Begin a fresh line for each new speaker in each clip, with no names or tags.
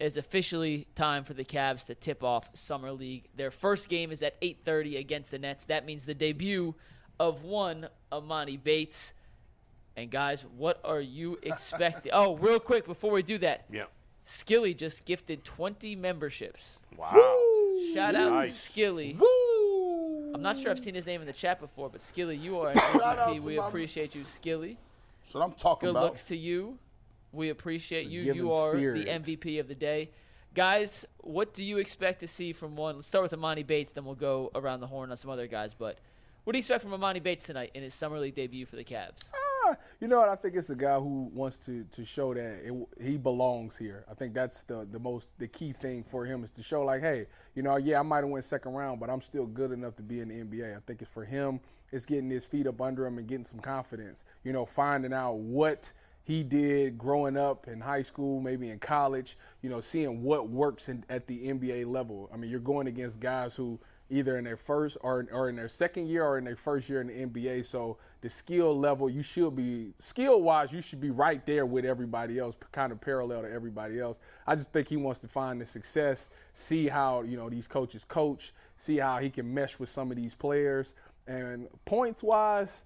it's officially time for the Cavs to tip off Summer League. Their first game is at 8:30 against the Nets. That means the debut of one Amani Bates. And guys, what are you expecting? oh, real quick before we do that.
Yeah.
Skilly just gifted 20 memberships.
Wow.
Shout out to
Nice.
Skilly. I'm not sure I've seen his name in the chat before, but Skilly, you are an
out
MVP.
to
We
my-
appreciate you, Skilly.
That's what I'm talking
Good
about.
looks to you. We appreciate
a
you.
given
You are
spirit.
the MVP of the day. Guys, what do you expect to see from one? Let's start with Amani Bates, then we'll go around the horn on some other guys. But what do you expect from Amani Bates tonight in his summer league debut for the Cavs?
"Ah." You know what? I think it's a guy who wants to to show that it, he belongs here. I think that's the the most the key thing for him is to show like, hey, you know, yeah, I might have went second round, but I'm still good enough to be in the NBA. I think it's for him. It's getting his feet up under him and getting some confidence. You know, finding out what he did growing up in high school, maybe in college. You know, seeing what works in, at the NBA level. I mean, you're going against guys who either in their first or, or in their second year or in their first year in the NBA. So the skill level, you should be skill wise, you should be right there with everybody else, kind of parallel to everybody else. I just think he wants to find the success, see how you know these coaches coach, see how he can mesh with some of these players. And points wise,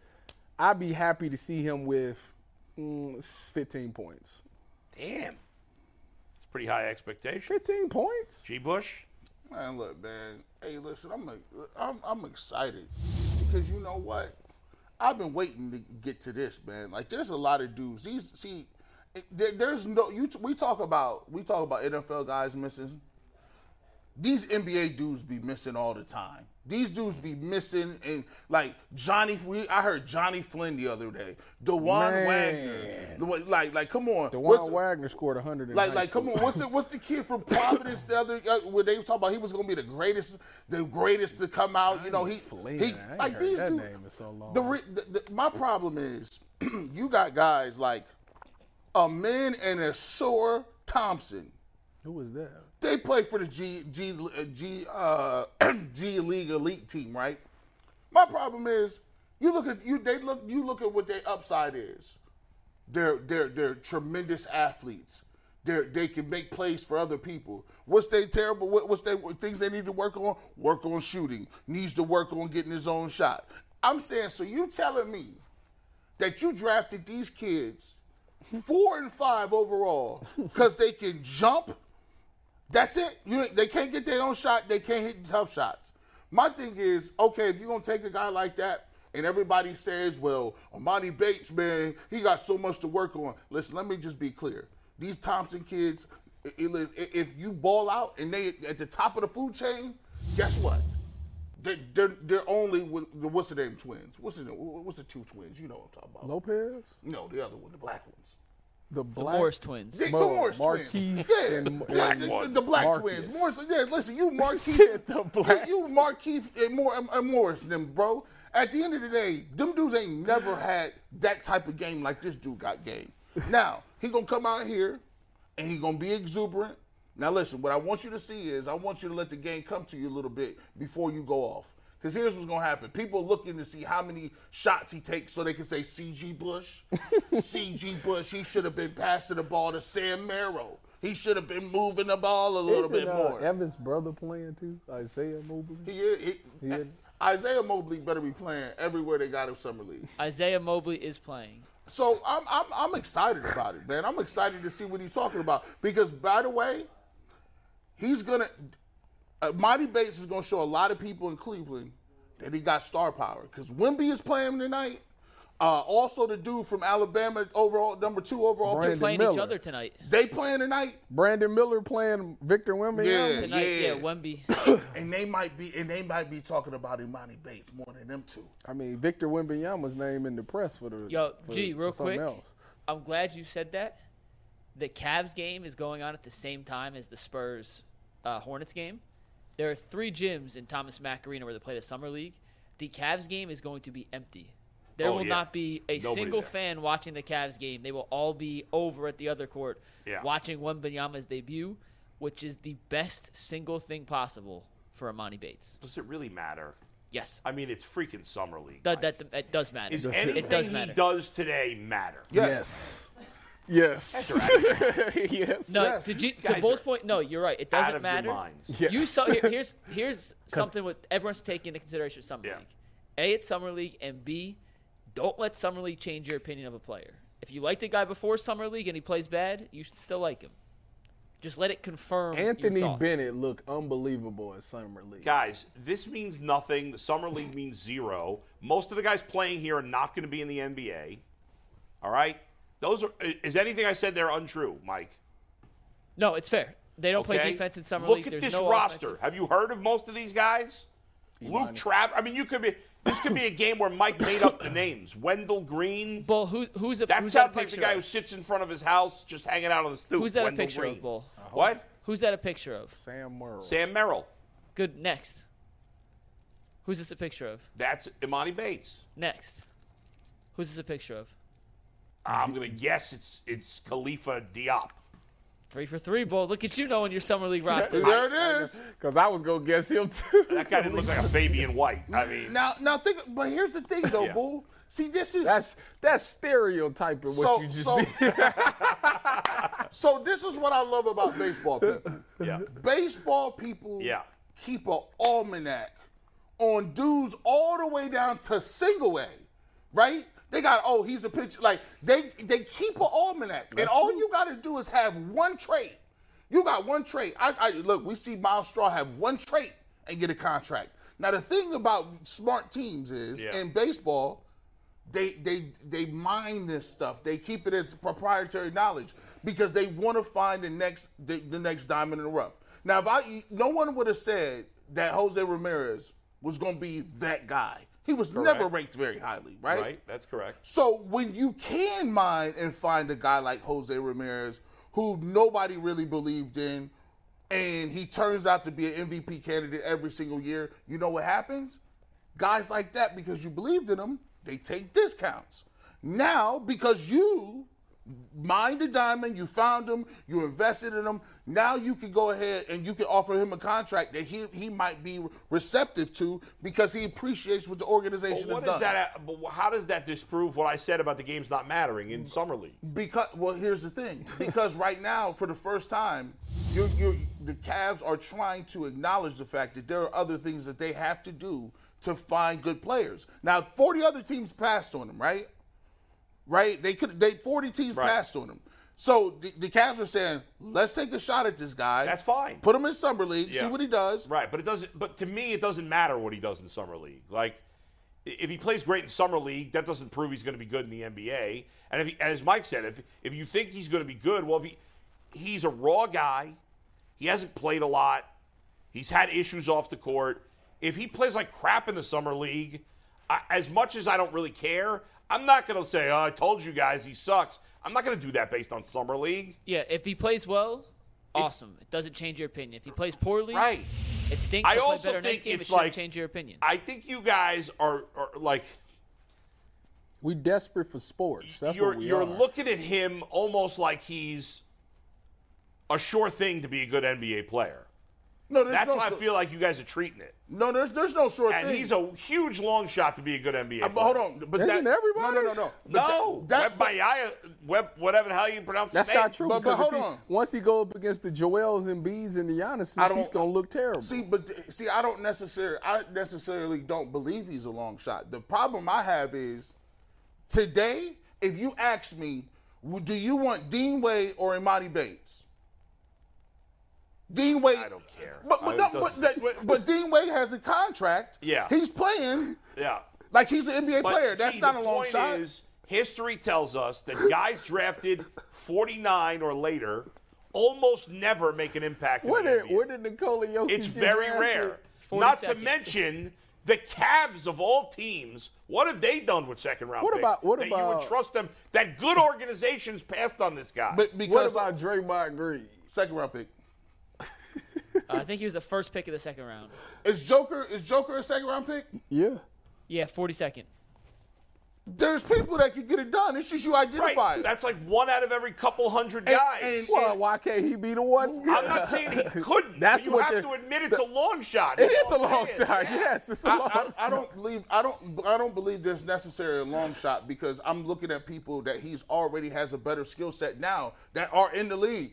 I'd be happy to see him with mm, 15 points.
Damn. It's pretty high expectation.
15 points?
G. Bush.
Man, look, man. Hey, listen, I'm I'm I'm excited because you know what? I've been waiting to get to this, man. Like, there's a lot of dudes. These, see, it- there, there's no. You t- we talk about we talk about NFL guys missing. These NBA dudes be missing all the time. These dudes be missing, and like Johnny, we, I heard Johnny Flynn the other day, Dewan
Man.
Wagner, The way- like, like, come on, What's
Dewan
the-
Wagner scored 100. in
like,
high
like, come
school.
on. What's the what's the kid from Providence the other uh, when they talk about he was gonna be the greatest, the greatest to come out? You know, he
Flynn, I
he
ain't
like
heard
these
that
dudes.
name in so long.
The, re, the, the my problem is you got guys like a man and a sore Thompson.
Who was that?
They play for the G G uh, G uh, G League elite team, right? My problem is you look at you they look you look at what their upside is. They're they're they're tremendous athletes. They they can make plays for other people. What's they terrible? What, what's they things they need to work on? Work on shooting. Needs to work on getting his own shot. I'm saying so. You telling me that you drafted these kids four and five overall because they can jump? That's it. You they can't get their own shot. They can't hit tough shots. My thing is, okay, if you're gonna take a guy like that, and everybody says, well, Amani Bates, man, he got so much to work on. Listen, let me just be clear. These Thompson kids, i- i- if you ball out and they at the top of the food chain, guess what? They're, they're, they're only with the what's the name twins? What's the name? What's the two twins? You know what I'm talking about?
Lopez?
No, the other one, the black ones.
The
The
black
Morris twins.
Yeah,
Mo-
the Morris twins.
Markeith
Yeah,
and-
yeah,
and
the, the Black
Marcus.
twins. Morris, yeah, listen, you Markeith,
said the Black.
you Markeith and, Mor- and- and Morris, them bro. At the end of the day, them dudes ain't never had that type of game like this dude got game. Now he gonna come out here, and he gonna be exuberant. Now listen, what I want you to see is I want you to let the game come to you a little bit before you go off. Because here's what's gonna happen: people looking to see how many shots he takes, so they can say CG Bush, CG Bush. He should have been passing the ball to Sam Merrill. He should have been moving the ball a little bit more.
uh, Evan's brother playing too, Isaiah Mobley.
He is- he-
is.
Isaiah Mobley better be playing everywhere they got him summer league.
Isaiah Mobley is playing.
So I'm, I'm I'm excited about it, man. I'm excited to see what he's talking about because, by the way, he's gonna uh, Monty Bates is gonna show a lot of people in Cleveland that he got star power because Wimby is playing tonight. Uh, also, the dude from Alabama, overall number two overall,
Brandon
pick,
Playing each
Miller.
other tonight.
they playing tonight,
Brandon Miller playing Victor Wembanyama.
Yeah.
Tonight, yeah, Wemby.
and they might be and they might be talking about Imani Bates more than them two.
I mean, Victor Wembanyama's name in the press for the
Yo,
for,
G,
for
real
something
quick.
Else.
I'm glad you said that. The Cavs game is going on at the same time as the Spurs uh, Hornets game. There are three gyms in Thomas Mack Arena where they play the summer league. The Cavs game is going to be empty. There
Oh,
will
yeah.
not be a
Nobody
single
there.
fan watching the Cavs game. They will all be over at the other court
Yeah.
watching Wembanyama's debut, which is the best single thing possible for Amani Bates.
Does it really matter?
Yes,
I mean, it's freaking summer league.
that,
Mike.
that, that does matter.
Is anything
it does
he
matter.
does today matter?
Yes.
Yes. yes.
No,
Yes.
to, G-
guys
to Bull's
are
point, no, you're right. It
out
doesn't
of your
matter.
minds.
Yes.
You saw here, here's here's something with everyone's taking into consideration with summer
Yeah.
league. A, it's summer league, and B, don't let summer league change your opinion of a player. If you liked a guy before summer league and he plays bad, you should still like him. Just let it confirm. your
Anthony
thoughts.
Bennett looked unbelievable at summer league.
Guys, this means nothing. The summer league means zero. Most of the guys playing here are not going to be in the NBA. All right? Those are is anything I said there untrue, Mike?
No, it's fair. They don't play
Okay?
defense in summer
Look
league.
at
There's
this
no
roster.
offensive-
Have you heard of most of these guys? Luke Trav. I mean, you could be. This could be a game where Mike made up the names. Wendell Green.
Bull, who, who's a,
That
who's that
sounds
a
like the
picture
guy
of?
who sits in front of his house just hanging out on the stoop.
Who's that a
Wendell
picture
Green.
of, Bull?
What?
Who's that a picture of?
Sam Merle.
Sam Merrill.
Good. Next. Who's this a picture of?
That's Imani Bates.
Next. Who's this a picture of?
I'm gonna guess it's it's Khalifa Diop.
Three for three, bull. Look at you knowing your summer league roster.
There it is.
Because I was going to guess him too.
That guy didn't look like a Fabian White. I mean,
Now, now think. But here's the thing, though,
Yeah.
Bull. See, this is
That's that's stereotyping what
so.
you just
So,
did.
so this is what I love about baseball people.
yeah,
Baseball people
Yeah.
keep an almanac on dudes all the way down to single A, right? They got oh he's a pitcher like they they keep an almanac and all you got to do is have one trait. You got one trait. I, I look we see Miles Straw have one trait and get a contract. Now the thing about smart teams is
Yeah.
in baseball they they they mine this stuff. They keep it as proprietary knowledge because they want to find the next the, the next diamond in the rough. Now, if I no one would have said that Jose Ramirez was going to be that guy. He was never ranked very highly, right?
right. That's correct.
So when you can mine and find a guy like Jose Ramirez, who nobody really believed in, and he turns out to be an MVP candidate every single year, you know what happens? Guys like that, because you believed in them, they take discounts. Now, because you mined a diamond, you found him, you invested in him, now you can go ahead and you can offer him a contract that he, he might be receptive to because he appreciates what the
But
organization
what
has
is
done.
that? But how does that disprove what I said about the games not mattering
Mm.
in summer league?
Because well, here's the thing. Because right now, for the first time, you you the Cavs are trying to acknowledge the fact that there are other things that they have to do to find good players. Now, 40 other teams passed on them, right? Right? They could they 40 teams
Right.
passed on them. So the, the Cavs are saying, let's take a shot at this guy.
That's fine.
Put him in summer league, see
Yeah.
what he does.
Right, but it doesn't. But to me, it doesn't matter what he does in summer league. Like, i- if he plays great in summer league, that doesn't prove he's going to be good in the NBA. And if, he, as Mike said, if if you think he's going to be good, well, if he he's a raw guy, he hasn't played a lot. He's had issues off the court. If he plays like crap in the summer league, I, as much as I don't really care, I'm not going to say, "Oh, I told you guys he sucks." I'm not going to do that based on summer league.
Yeah, if he plays well, awesome. It doesn't change your opinion. If he plays poorly,
Right.
it stinks.
I
He'll play
also
better
think
next game.
it's
it shouldn't
like-
change your opinion.
I think you guys are, are like.
We desperate for sports. That's
you're
what we
you're
are.
looking at him almost like he's a sure thing to be a good NBA player.
No, there's
That's
no,
how I
short-
feel like you guys are treating it.
No, there's there's no short
And
thing.
he's a huge long shot to be a good NBA. player.
Uh, but hold on. But
Isn't
that,
everybody?
No, no, no, no. But
No, Web
that- that-
Bayaya, Web, whatever the hell you pronounce his
That's
name.
not true.
but- but
because if
hold
he-
on.
Once he go up against the Joels and Bees and the
I
Giannis,
don't-
he's gonna look terrible.
See, but th- see, I don't necessarily, I necessarily don't believe he's a long shot. The problem I have is today. If you ask me, w- do you want Dean Wade or Imani Bates? Dean Wade.
I don't care.
But but,
I-
no,
it
but,
doesn't-
that- but Dean Wade has a contract.
Yeah.
He's playing
Yeah.
like he's an NBA
But,
player. That's
gee,
not
the
a long
point
shot.
Is, history tells us that guys drafted 49 or later almost never make an impact. in
where
the
did
NBA.
where did Nikola Jokic?
It's
get
very
drafted?
rare.
40
Not to
seconds.
mention the Cavs of all teams. What have they done with second round
What
picks?
about- what
that you
about-
would trust them? That good organizations passed on this guy.
But
What
because
about Draymond Green?
second round pick?
Uh, I think he was the first pick of the second round.
Is Joker is Joker a second round pick?
Yeah.
Yeah, 42nd.
There's people that can get it done. It's just you identify
Right.
it.
That's like one out of every couple hundred
And-
guys.
and-
Well, why can't he be the one?
I'm not saying he couldn't.
That's
but you
what
have
the-
to admit it's a long shot.
It is a
That's what I'm
long
saying.
shot. Yes, it's a long
I, I, I
shot.
don't believe I don't I don't believe there's necessarily a long shot because I'm looking at people that he's already has a better skill set now that are in the league.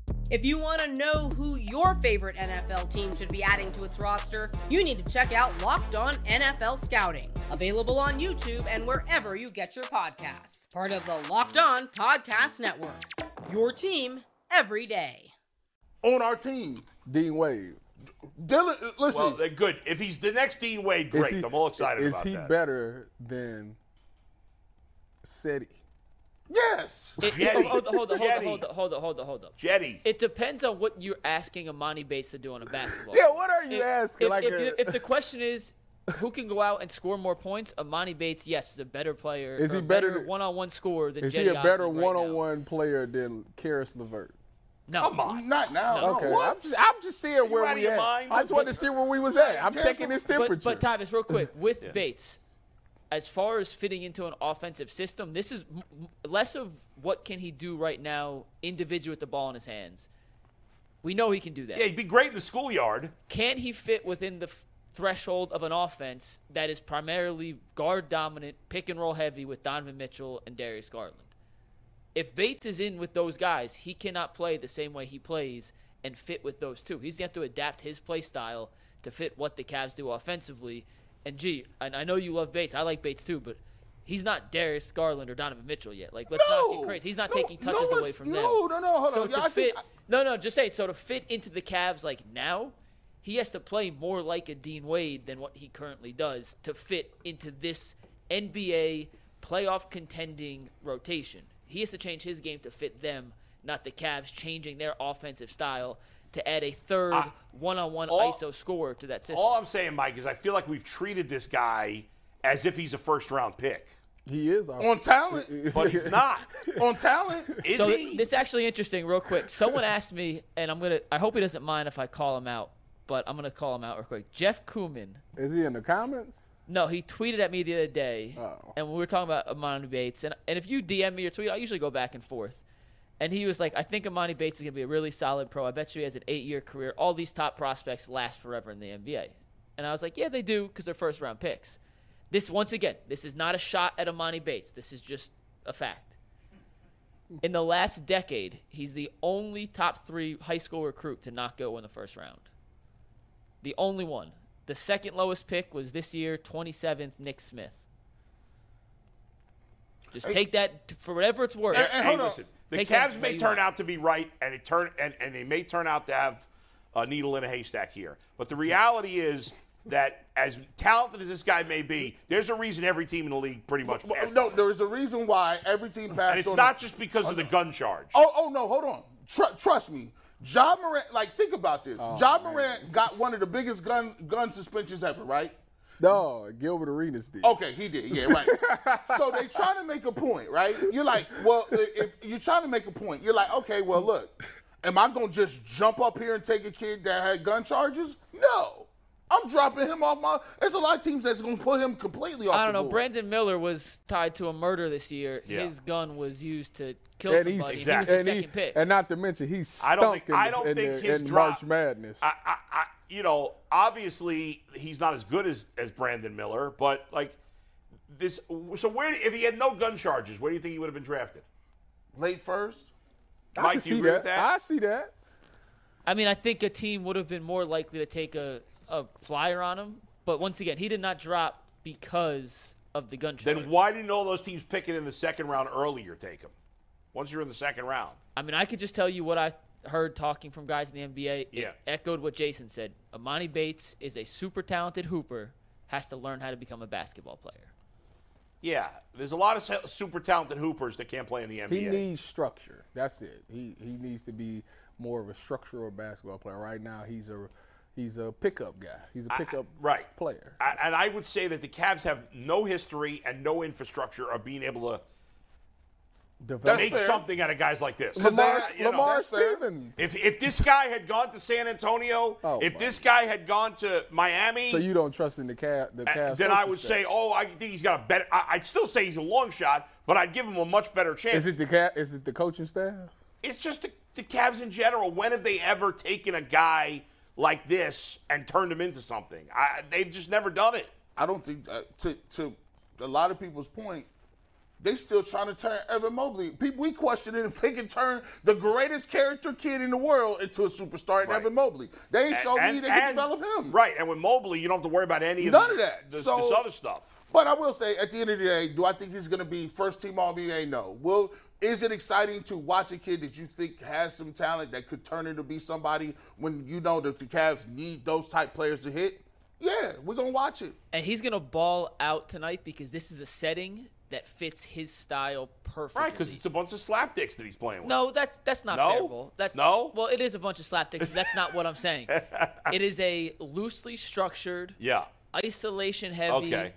If you want to know who your favorite NFL team should be adding to its roster, you need to check out Locked On NFL Scouting, available on YouTube and wherever you get your podcasts. Part of the Locked On Podcast Network. Your team every day.
On our team.
Dean Wade.
Dylan listen,
Well, they're good. If he's the next Dean Wade,
Is
great.
he-
I'm all excited
Is
about
he
that.
better than Seti?
yes.
Jetty.
Hold up, hold up, hold up,
Jetty.
hold up, hold up, hold up, hold up.
Jetty.
It depends on what you're asking Amani Bates to do on a basketball.
Yeah, what are you
If-
asking?
If,
like
if,
a-
you- if the question is who can go out and score more points, Amani Bates, yes, is a better player.
Is
or
he
a
better than-
one-on-one scorer than
is
Jetty
he a better
Osman right now?
one-on-one player than Karis LeVert?
No.
Come on.
Not now. no.
Okay, I'm just, I'm just seeing where
out of
we
your
at.
mind?
I just wanted to see where we was at. I'm
Karis
checking his temperature.
But, but Tavis, real quick, with Bates, as far as fitting into an offensive system, this is m- m- less of what can he do right now, individual with the ball in his hands. We know he can do that.
Yeah, he'd be great in the schoolyard.
Can he fit within the f- threshold of an offense that is primarily guard dominant, pick and roll heavy with Donovan Mitchell and Darius Garland? If Bates is in with those guys, he cannot play the same way he plays and fit with those two. He's going to have to adapt his play style to fit what the Cavs do offensively. And gee, and I know you love Bates. I like Bates too, but he's not Darius Garland or Donovan Mitchell yet. Like, let's not
No.
get crazy. He's not
No,
taking touches
no
away
one's-
from them.
no, no, no, hold
so
on.
To
Yeah, I
fit,
think-
no, no, just say it. So to fit into the Cavs like now, he has to play more like a Dean Wade than what he currently does to fit into this NBA playoff contending rotation. He has to change his game to fit them, not the Cavs changing their offensive style to add a third
Ah,
one-on-one
all-
ISO scorer to that system.
All I'm saying, Mike, is I feel like we've treated this guy as if he's a first round pick,
he is our-
On talent.
but he's not.
on talent.
Is
so
he?
th- this is actually interesting. Real quick, someone asked me, and I'm gonna. I hope he doesn't mind if I call him out, but I'm gonna call him out real quick. Jeff Kuman.
Is he in the comments?
No, he tweeted at me the other day, and we were talking about Amani Bates. And, and if you DM me your tweet, I usually go back and forth. And he was like, I think Amani Bates is going to be a really solid pro. I bet you he has an eight year career. All these top prospects last forever in the NBA. And I was like, yeah, they do because they're first round picks. This, once again, this is not a shot at Amani Bates. This is just a fact. In the last decade, he's the only top three high school recruit to not go in the first round. The only one. The second lowest pick was this year, 27th, Nick Smith. Just take that t- for whatever it's worth.
and
hey,
hold on.
listen, the
Take that
Cavs
way
may
you
turn
want.
out to be right, and it turn and, and they may turn out to have a needle in a haystack here. But the reality is that as talented as this guy may be, there's a reason every team in the league pretty much.
Well,
passed
no,
on.
there is a reason why every team passed
and it's
on.
not just because of the gun charge.
oh, oh no, hold on. Tr- trust me. John Morant, like think about this.
Oh,
John Morant got one of the biggest gun gun suspensions ever, right?
No, Gilbert Arenas did.
Okay, he did. Yeah, right. so they trying to make a point, right? You're like, well, if you're trying to make a point, you're like, okay, well, look, am I gonna just jump up here and take a kid that had gun charges? No, I'm dropping him off my. There's a lot of teams that's gonna put him completely off.
I don't
the
know.
board.
Brandon Miller was tied to a murder this year.
Yeah.
His gun was used to kill
And
somebody. and he
he's
was
Exactly.
the
and,
second
he,
pick.
and not to mention he stunk
I don't think-
in,
I don't
in,
think
the-
his
in
drop-
March Madness.
I, I, I, you know, obviously he's not as good as as Brandon Miller, but like this. So where, if he had no gun charges, where do you think he would have been drafted?
late first.
I
Mike,
can
do you
see
agree with
that.
that?
I see that.
I mean, I think a team would have been more likely to take a, a flyer on him. But once again, he did not drop because of the gun charge.
Then why didn't all those teams picking in the second round earlier take him? Once you're in the second round,
I mean, I could just tell you what I heard talking from guys in the NBA. It
Yeah.
echoed what Jason said. Amani Bates is a super talented hooper, has to learn how to become a basketball player.
Yeah, there's a lot of se- super talented hoopers that can't play in the NBA.
He needs structure. That's it. He he needs to be more of a structural basketball player. Right now, he's a he's a pickup guy. He's a pickup
right.
player.
I, and I would say that the Cavs have no history and no infrastructure of being able to
Develop-
make something out of guys like this.
Lamar,
You know,
Lamar
that's fair.
Stevens.
If, if this guy had gone to San Antonio,
Oh,
if
my.
this guy had gone to Miami,
so you don't trust in the Cavs? The
uh,
Cavs
then I
coaching
would
staff.
say, oh, I think he's got a better. I, I'd still say he's a long shot, but I'd give him a much better chance.
is it the Cav, Is it the coaching staff?
it's just the, the Cavs in general. When have they ever taken a guy like this and turned him into something? I, they've just never done it.
I don't think uh, to to a lot of people's point, they still trying to turn Evan Mobley. People we questioning if they can turn the greatest character kid in the world into a superstar in
Right.
Evan Mobley. They ain't showed me they can
and-
develop him.
Right, and with Mobley, you don't have to worry about any of
None
the-
of that.
This,
So-
this other stuff.
But I will say, at the end of the day, do I think he's going to be first team All NBA? No. Will is it exciting to watch a kid that you think has some talent that could turn into be somebody when you know that the Cavs need those type players to hit? Yeah, we're gonna watch it.
And he's going to ball out tonight because this is a setting that fits his style perfectly.
Right, because it's a bunch of slapdicks that he's playing with.
No, that's that's not
No?
fair, Bull. That,
No?
Well, it is a bunch of slapdicks, but that's not what I'm saying. It is a loosely structured,
Yeah.
isolation heavy,
Okay.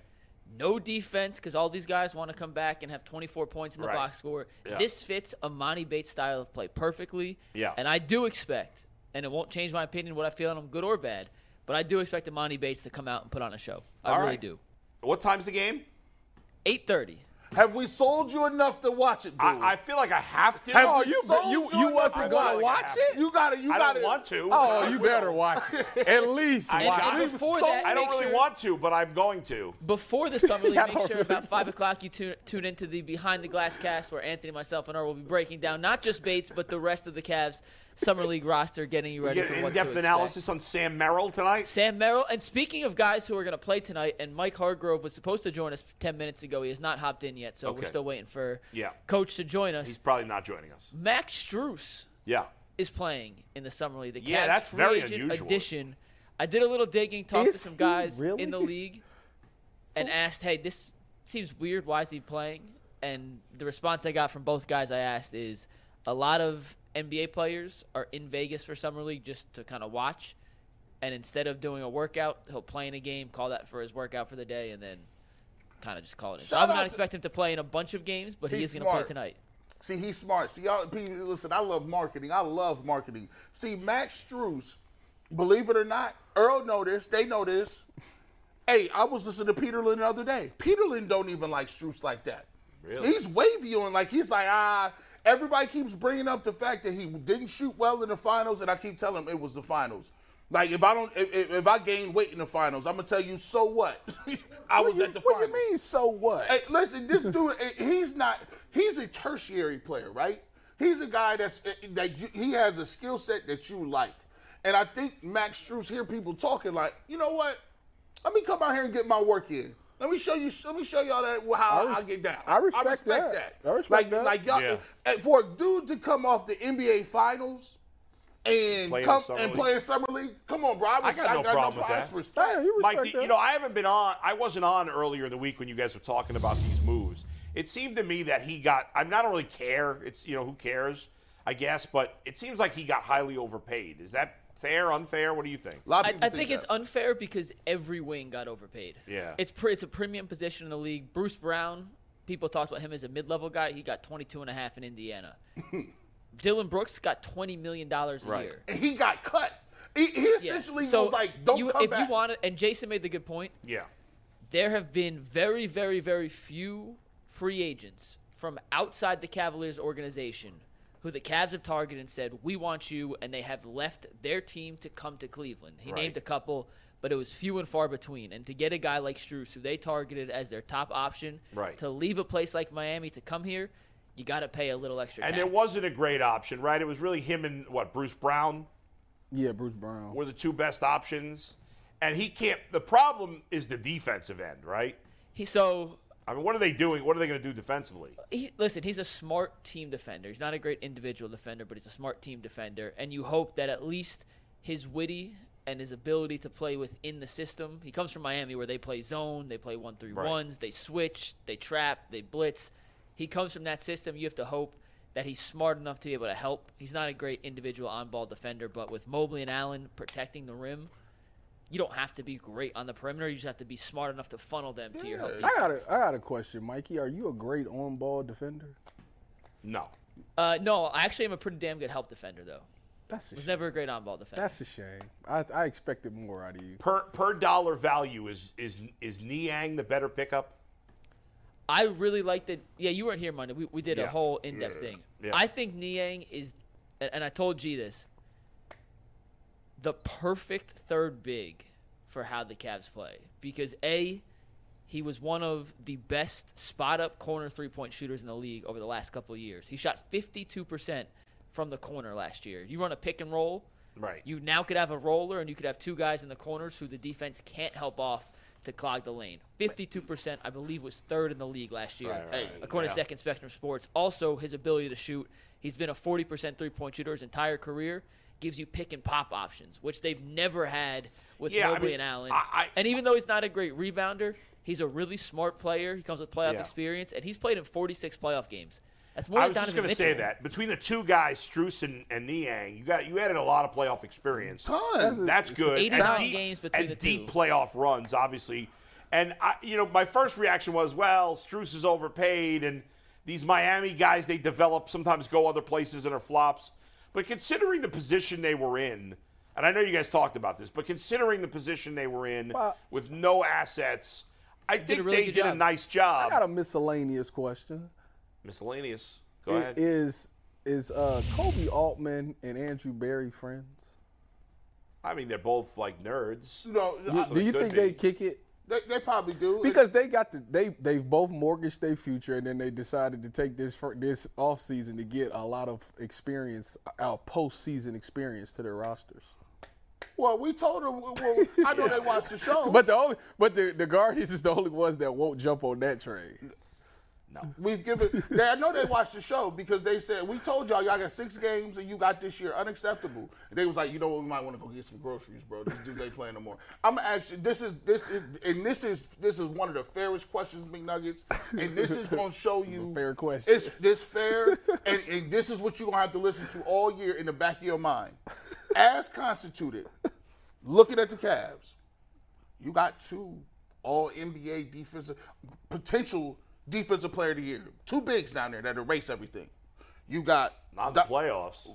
no defense, because all these guys want to come back and have 24 points in the
Right.
box score.
Yeah.
This fits Amani Bates' style of play perfectly.
Yeah.
And I do expect, and it won't change my opinion what I feel on him, good or bad, but I do expect Amani Bates to come out and put on a show. I
All
really
right.
do.
What time's the game?
8:30.
Have we sold you enough to watch it? Dude?
I, I feel like I have to.
Oh, you
sold
you
you
you
enough
wasn't
to
gonna
watch
watch
it.
it?
you got to You
I
got
don't
to
want to.
Oh, you better watch it. At least
I
watch
got
it.
it.
Before
sold-
that,
I don't
make
really
sure-
want to, but I'm going to.
Before the summer league,
I
make
don't
sure
really
about five o'clock you tune, tune into the Behind the Glass cast where Anthony, myself, and I will be breaking down not just Bates but the rest of the Cavs summer league roster, getting you ready
Get
for what to
in-depth
expect.
analysis on Sam Merrill tonight.
Sam Merrill, and speaking of guys who are going to play tonight, and Mike Hargrove was supposed to join us ten minutes ago. He has not hopped in yet, so
Okay.
we're still waiting for
Yeah.
Coach to join us.
He's probably not joining us.
Max Struess
Yeah.
is playing in the summer league. The
Yeah,
Cavs
that's
free
very
agent
unusual.
Edition. I did a little digging, talked
Is
to some
he
guys
really?
in the league, and asked, "Hey, this seems weird. Why is he playing?" And the response I got from both guys I asked is, "A lot of NBA players are in Vegas for summer league just to kind of watch, and instead of doing a workout, he'll play in a game, call that for his workout for the day, and then." Kind of just call it. in. So I
Shout
would
out
not
to-
expect him to play in a bunch of games, but he
He's
is going to play
smart.
tonight.
See, he's smart. See, y'all, people, listen, I love marketing. I love marketing. See, Max Struz, believe it or not, Earl know this. They know this. Hey, I was listening to Peterlin the other day. Peterlin don't even like Struz like that.
Really?
He's wavy on like he's like ah. Everybody keeps bringing up the fact that he didn't shoot well in the finals, and I keep telling him it was the finals. Like if I don't, if, if- if I gain weight in the finals, I'm gonna tell you so what. I
What
was
you-
at the
What do
finals.
you mean? So what?
Hey, listen, this dude, eh, he's not, he's a tertiary player, right? He's a guy that's, eh, that you, he has a skill set that you like. And I think Max Struz hear people talking like, you know what? Let me come out here and get my work in. Let me show you, let me show y'all that how
I
I,
res-
get down.
I respect that. I respect
like,
that.
Like y'all,
Yeah.
and for a dude to come off the NBA finals and
Play in
come
summer
and
league.
play in summer league, come on, bro. I, res-
got no problem with
pro- I
that.
respect.
Yeah, you
Mike,
respect
you
that.
know, I haven't been on. I wasn't on earlier in the week when you guys were talking about these moves. It seemed to me that he got. I'm not really care. It's you know who cares, I guess. But it seems like he got highly overpaid. Is that fair? Unfair? What do you think?
A lot of
I,
people
I think it's
that.
unfair because every wing got overpaid.
Yeah.
It's pre- it's a premium position in the league. Bruce Brown, people talked about him as a mid-level guy. He got 22 and a half in Indiana. Dylan Brooks got 20 million dollars a
Right.
year.
And he got cut. He, he
Yeah.
essentially
So
was like, "Don't
you,
come
if
back."
you want it, and Jason made the good point.
Yeah.
There have been very, very, very few free agents from outside the Cavaliers organization who the Cavs have targeted and said, "We want you," and they have left their team to come to Cleveland. He named
Right.
a couple, but it was few and far between. And to get a guy like Struess, who they targeted as their top option,
Right.
to leave a place like Miami to come here, you got to pay a little extra.
And
tax.
it wasn't a great option, right? It was really him and what Bruce Brown
yeah, Bruce Brown.
were the two best options, and he can't. The problem is the defensive end, right?
he so
I mean, what are they doing? What are they going to do defensively?
he, listen, he's a smart team defender. He's not a great individual defender, but he's a smart team defender. And you hope that at least his witty and his ability to play within the system. He comes from Miami where they play zone, they play one three ones,
Right.
they switch, they trap, they blitz. He comes from that system. You have to hope that he's smart enough to be able to help. He's not a great individual on ball defender, but with Mobley and Allen protecting the rim, you don't have to be great on the perimeter. You just have to be smart enough to funnel them to your help.
I got a, I got a question, Mikey. Are you a great on ball defender?
No.
Uh, no, I actually am a pretty damn good help defender, though.
That's a
Was
shame.
never a great on ball defender.
That's a shame. I, I expected more out of you.
Per per dollar value is is is Niang the better pickup?
I really like that. Yeah, you weren't here Monday. We, we did a
Yeah.
whole in depth thing.
Yeah.
I think Niang is, and and I told G this, the perfect third big for how the Cavs play. Because, A, he was one of the best spot up corner three point shooters in the league over the last couple of years. He shot 52% from the corner last year. You run a pick and roll.
Right.
You now could have a roller, and you could have two guys in the corners who the defense can't help off to clog the lane. 52%, I believe, was third in the league last year,
Right, right,
according
yeah.
to Second Spectrum Sports. Also, his ability to shoot. He's been a 40% three point shooter his entire career. Gives you pick and pop options, which they've never had with
Yeah, I
Mobley
mean,
and Allen.
I- I-
and even though he's not a great rebounder, he's a really smart player. He comes with playoff
Yeah.
experience, and he's played in 46 playoff games. That's more
I
than
was just
Donovan
going to say
Mitchell.
that between the two guys, Struess and, and Niang, you got you added a lot of playoff experience.
Tons.
That's good.
89 games between
and
the
deep
two.
playoff runs, obviously. And I, you know, my first reaction was, well, Struess is overpaid, and these Miami guys they develop sometimes go other places and are flops. But considering the position they were in, and I know you guys talked about this, but considering the position they were in
Well-
with no assets, I think
a really
they
good
did a
job.
nice
I got
job.
a miscellaneous question.
Miscellaneous.
I-
Go ahead.
Is is uh, Kobe Altman and Andrew Barry friends?
I mean, they're both like nerds.
No, I-
Do you
could
think
be.
they kick it?
uh, they, they probably do.
Because they got to they they've both mortgaged their future and then they decided to take this for this offseason to get a lot of experience, our postseason experience to their rosters.
well, we told them. Well, I know they watched the show.
But the only but the the Guardians is the only ones that won't jump on that train.
We've given. They, I know they watched the show because they said we told y'all y'all got six games and you got this year unacceptable. And they was like, you know what, we might want to go get some groceries, bro. These dudes ain't playing no more. I'm actually. This is this is and this is this is one of the fairest questions, McNuggets. And this is going to show you
fair question.
It's this fair, and, and this is what you're gonna have to listen to all year in the back of your mind. As constituted, looking at the Cavs, you got two all NBA defensive potential defensive player of the year. Two bigs down there that erase everything. You got
Not in
Do-
the playoffs.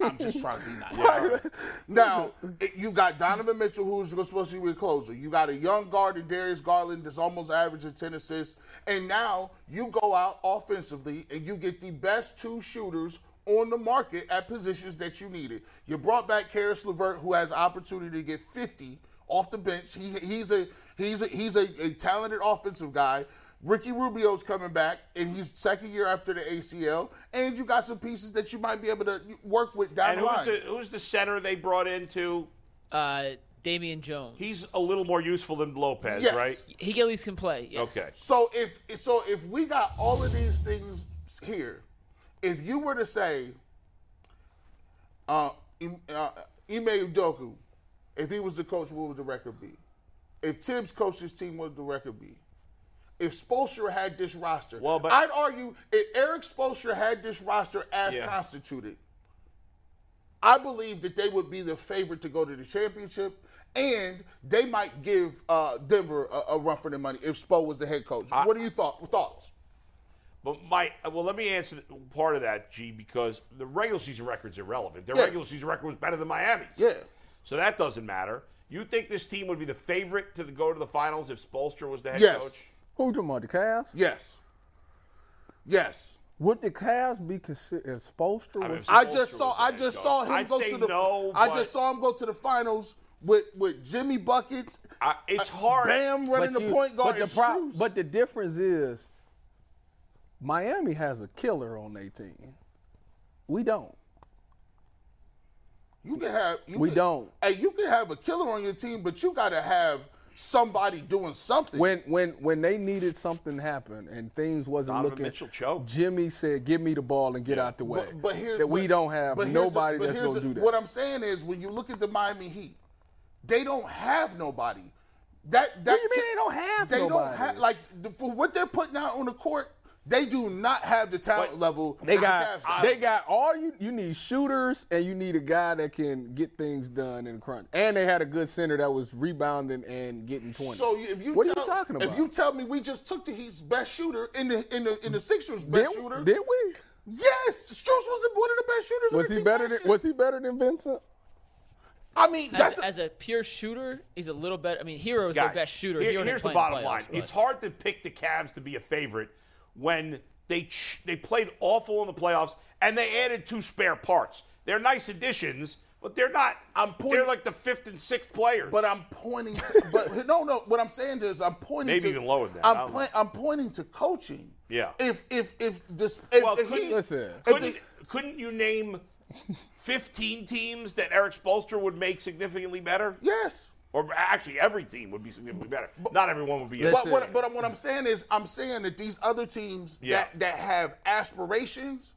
I'm just trying to be nice. Now it- you got Donovan Mitchell, who's supposed to be a closer. You got a young guard in Darius Garland that's almost averaging ten assists. And now you go out offensively and you get the best two shooters on the market at positions that you needed. You brought back Karis LeVert, who has opportunity to get fifty off the bench. He, he's a he's a he's a, a talented offensive guy. Ricky Rubio's coming back, and he's second year after the ACL. And you got some pieces that you might be able to work with down
And
the
who's
line.
the, who's the center they brought into?
Uh, Damian Jones. He,
He's a little more useful than Lopez,
Yes.
right?
he at least can play. Yes.
Okay.
So if so if we got all of these things here, if you were to say, uh, Im- uh Ime Udoku, if he was the coach, what would the record be? If Tibbs coached his team, what would the record be? If Spoelstra had this roster,
Well, but-
I'd argue if Eric Spoelstra had this roster as
Yeah.
constituted, I believe that they would be the favorite to go to the championship, and they might give uh, Denver a, a run for their money if Spo was the head coach. what are your thought, thoughts?
But my well, let me answer part of that, G, because the regular season record's irrelevant. Their
Yeah.
regular season record was better than Miami's.
Yeah.
So that doesn't matter. You think this team would be the favorite to go to the finals if Spolster was the head
Yes.
coach?
Who talking about the Cavs?
Yes. Yes.
Would the Cavs be considered Spoelstra?
I mean,
was-
I
Spoelstra
just saw.
was the
I
head
just
coach.
saw him
I'd
go
say
to the.
no,
I
but
just saw him go to the finals with with Jimmy buckets. uh,
I- it's hard.
Bam running the
you-
point guard.
But
and
the, pro-
Strus.
but the difference is Miami has a killer on their team. We don't.
you can have. You
We
can-
don't.
Hey, you can have a killer on your team, but you got to have somebody doing something.
When when when they needed something to happen and things wasn't
Donovan
looking,
Mitchell choked.
Jimmy said, "Give me the ball and get out the way."
But, but here,
that we
but-
don't have
but here's the-
nobody
but
that's
here's
going to
the-
do that.
What I'm saying is, when you look at the Miami Heat, they don't have nobody. That that
do you mean they don't have
They
nobody?
don't have like the, for what they're putting out on the court. They do not have the talent
But-
level.
They
that the
got
Cavs do.
they got all you you need shooters and you need a guy that can get things done in the crunch. And they had a good center that was rebounding and getting twenty.
So you- if you
what
tell,
are you talking about?
If you tell me we just took the Heat's best shooter in the in the in the Sixers' best
did,
shooter,
did we?
yes, Struz was one of the best shooters. on
Was
the
he
team
better
last
than
year.
Was he better than Vincent?
I mean,
As,
that's
as a pure shooter, he's a little better. I mean, Hero is their
Guys,
best shooter.
here-
Hero didn't
here's the
play in
bottom
playoffs,
line:
but-
it's hard to pick the Cavs to be a favorite when they ch- they played awful in the playoffs and they added two spare parts. They're nice additions, but they're not.
I'm
they're
pointing-
like the fifth and sixth players.
But I'm pointing to. but no, no. What I'm saying is, I'm pointing.
Maybe
to,
even lower than that. I
I'm,
don't
pla- I'm pointing to coaching.
Yeah.
If if if this. If,
Well,
if
couldn't-
he,
listen.
if
couldn't
the-
couldn't you name 15 teams that Eric Spolster would make significantly better?
yes.
Or actually, every team would be significantly better. Not everyone would be.
But
Listen.
what, but what I'm saying is, I'm saying that these other teams
Yeah.
that, that have aspirations,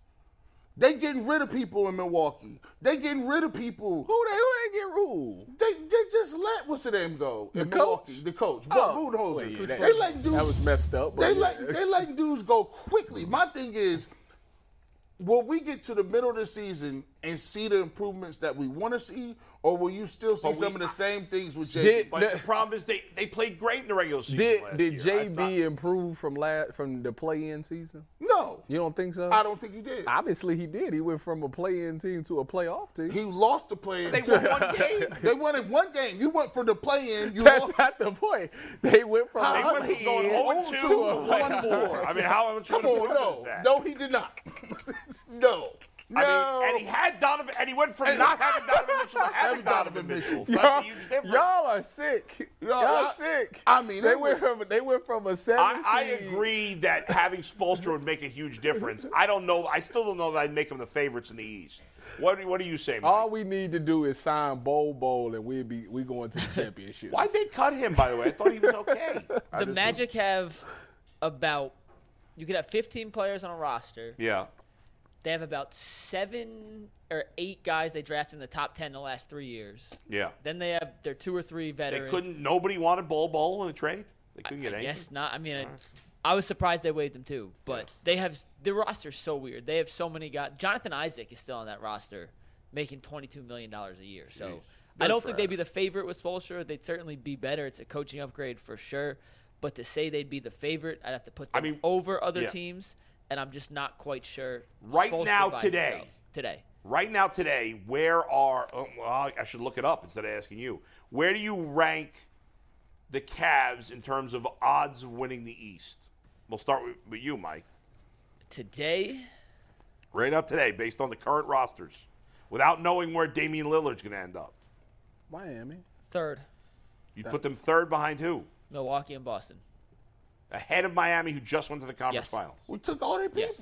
they getting rid of people in Milwaukee. They getting rid of people.
Who they who they get ruled?
They, they just let what's the name go in
coach?
Milwaukee, the coach, Buck
Oh,
Budenholzer.
wait, that-
they let dudes
that was messed up, but
They
yeah.
let they let dudes go quickly. My thing is, will we get to the middle of the season and see the improvements that we want to see, or will you still see
But we-
some of the same things with JB?
Did-
But the problem is they, they played great in the regular season.
Did
last
did
year. That's not-
JB improve from last from the play in season?
no,
You don't think so?
I don't think he did.
Obviously he did. He went from a play in team to a playoff team.
he lost the play-in.
They won one game.
They won in one game. You went for the play-in. You
That's
lost.
not the point. They went from
They
They
a
went from going
play-in
0 2 to 1 4. I mean, how much
Come
more
on,
is
no,
that?
no, he did not. no, no.
I mean, and he had Donovan, and he went from not having Donovan Mitchell to having
Having
Donovan
Donovan
Mitchell.
Mitchell.
That's a huge difference.
Y'all are sick. Y'all,
I-
sick.
I mean,
they
it
went
was-
from they went from a seven.
I, I
seed-
agree that having Spolstra would make a huge difference. I don't know. I still don't know that I'd make them the favorites in the East. What, do- what do you say, Mike?
All we need to do is sign Bowl Bowl, and we'll be we going to the championship.
Why'd they cut him, by the way? I thought he was okay.
the Magic have about you could have 15 players on a roster.
yeah.
They have about seven or eight guys they drafted in the top 10 the last three years.
Yeah.
Then they have their two or three
They
veterans.
couldn't, nobody wanted Bol Bol in a trade? They couldn't get
I
anything?
guess not. I mean, I, I was surprised they waived him too, but they have s- the roster's so weird. They have so many guys. Jonathan Isaac is still on that roster, making twenty-two million dollars a year. So I don't think they'd be the favorite with Spolstra. They'd certainly be better. It's a coaching upgrade for sure. But to say they'd be the favorite, I'd have to put
I
them
mean,
over other
yeah.
teams, and I'm just not quite sure.
Right
Spoelstra
now,
by
today.
himself. today,
Right now, today, where are? Oh, well, I should look it up instead of asking you. Where do you rank the Cavs in terms of odds of winning the East? We'll start with, with you, Mike.
today,
Right now, today, based on the current rosters, without knowing where Damian Lillard's going to end up,
Miami.
third,
you put them third behind who?
Milwaukee and Boston.
Ahead of Miami, who just went to the conference
Yes.
finals.
we took all their
Yes.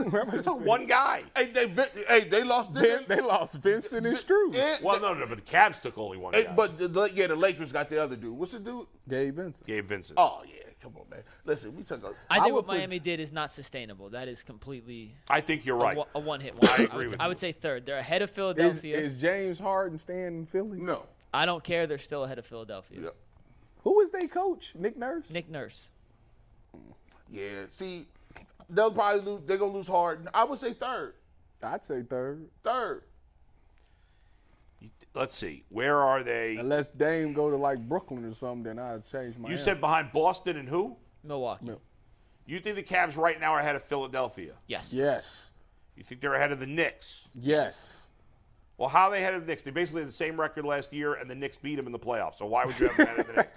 people.
One guy.
Hey, they, hey, they lost.
Vin- they lost Vincent and Struce.
Yeah,
Well, no, no, but the Cavs took only one
Hey,
guy.
but the, the- yeah, the Lakers got the other dude. What's the dude?
Gabe Vincent.
Gabe Vincent.
Oh yeah, come on, man. Listen, we took. A,
I
I
think
would
what
put-
Miami did is not sustainable. That is completely
I think you're right.
a, one hit wonder.
I agree
would,
with
I
you.
would say third. They're ahead of
Is,
Philadelphia.
is James Harden staying in Philly?
no,
I don't care. They're still ahead of Philadelphia.
yeah,
Who is they coach? Nick Nurse.
Nick Nurse.
yeah. See, they'll probably lose. They're gonna lose Harden. I would say third,
I'd say third,
third.
You- Let's see. Where are they?
unless Dame go to like Brooklyn or something. Then I'd change my.
You
answer.
said behind Boston and who?
Milwaukee.
You think the Cavs right now are ahead of Philadelphia?
Yes.
yes,
You think they're ahead of the Knicks?
yes.
Well, how are they ahead of the Knicks? They basically had the same record last year, and the Knicks beat them in the playoffs. So why would you have them ahead of the Knicks?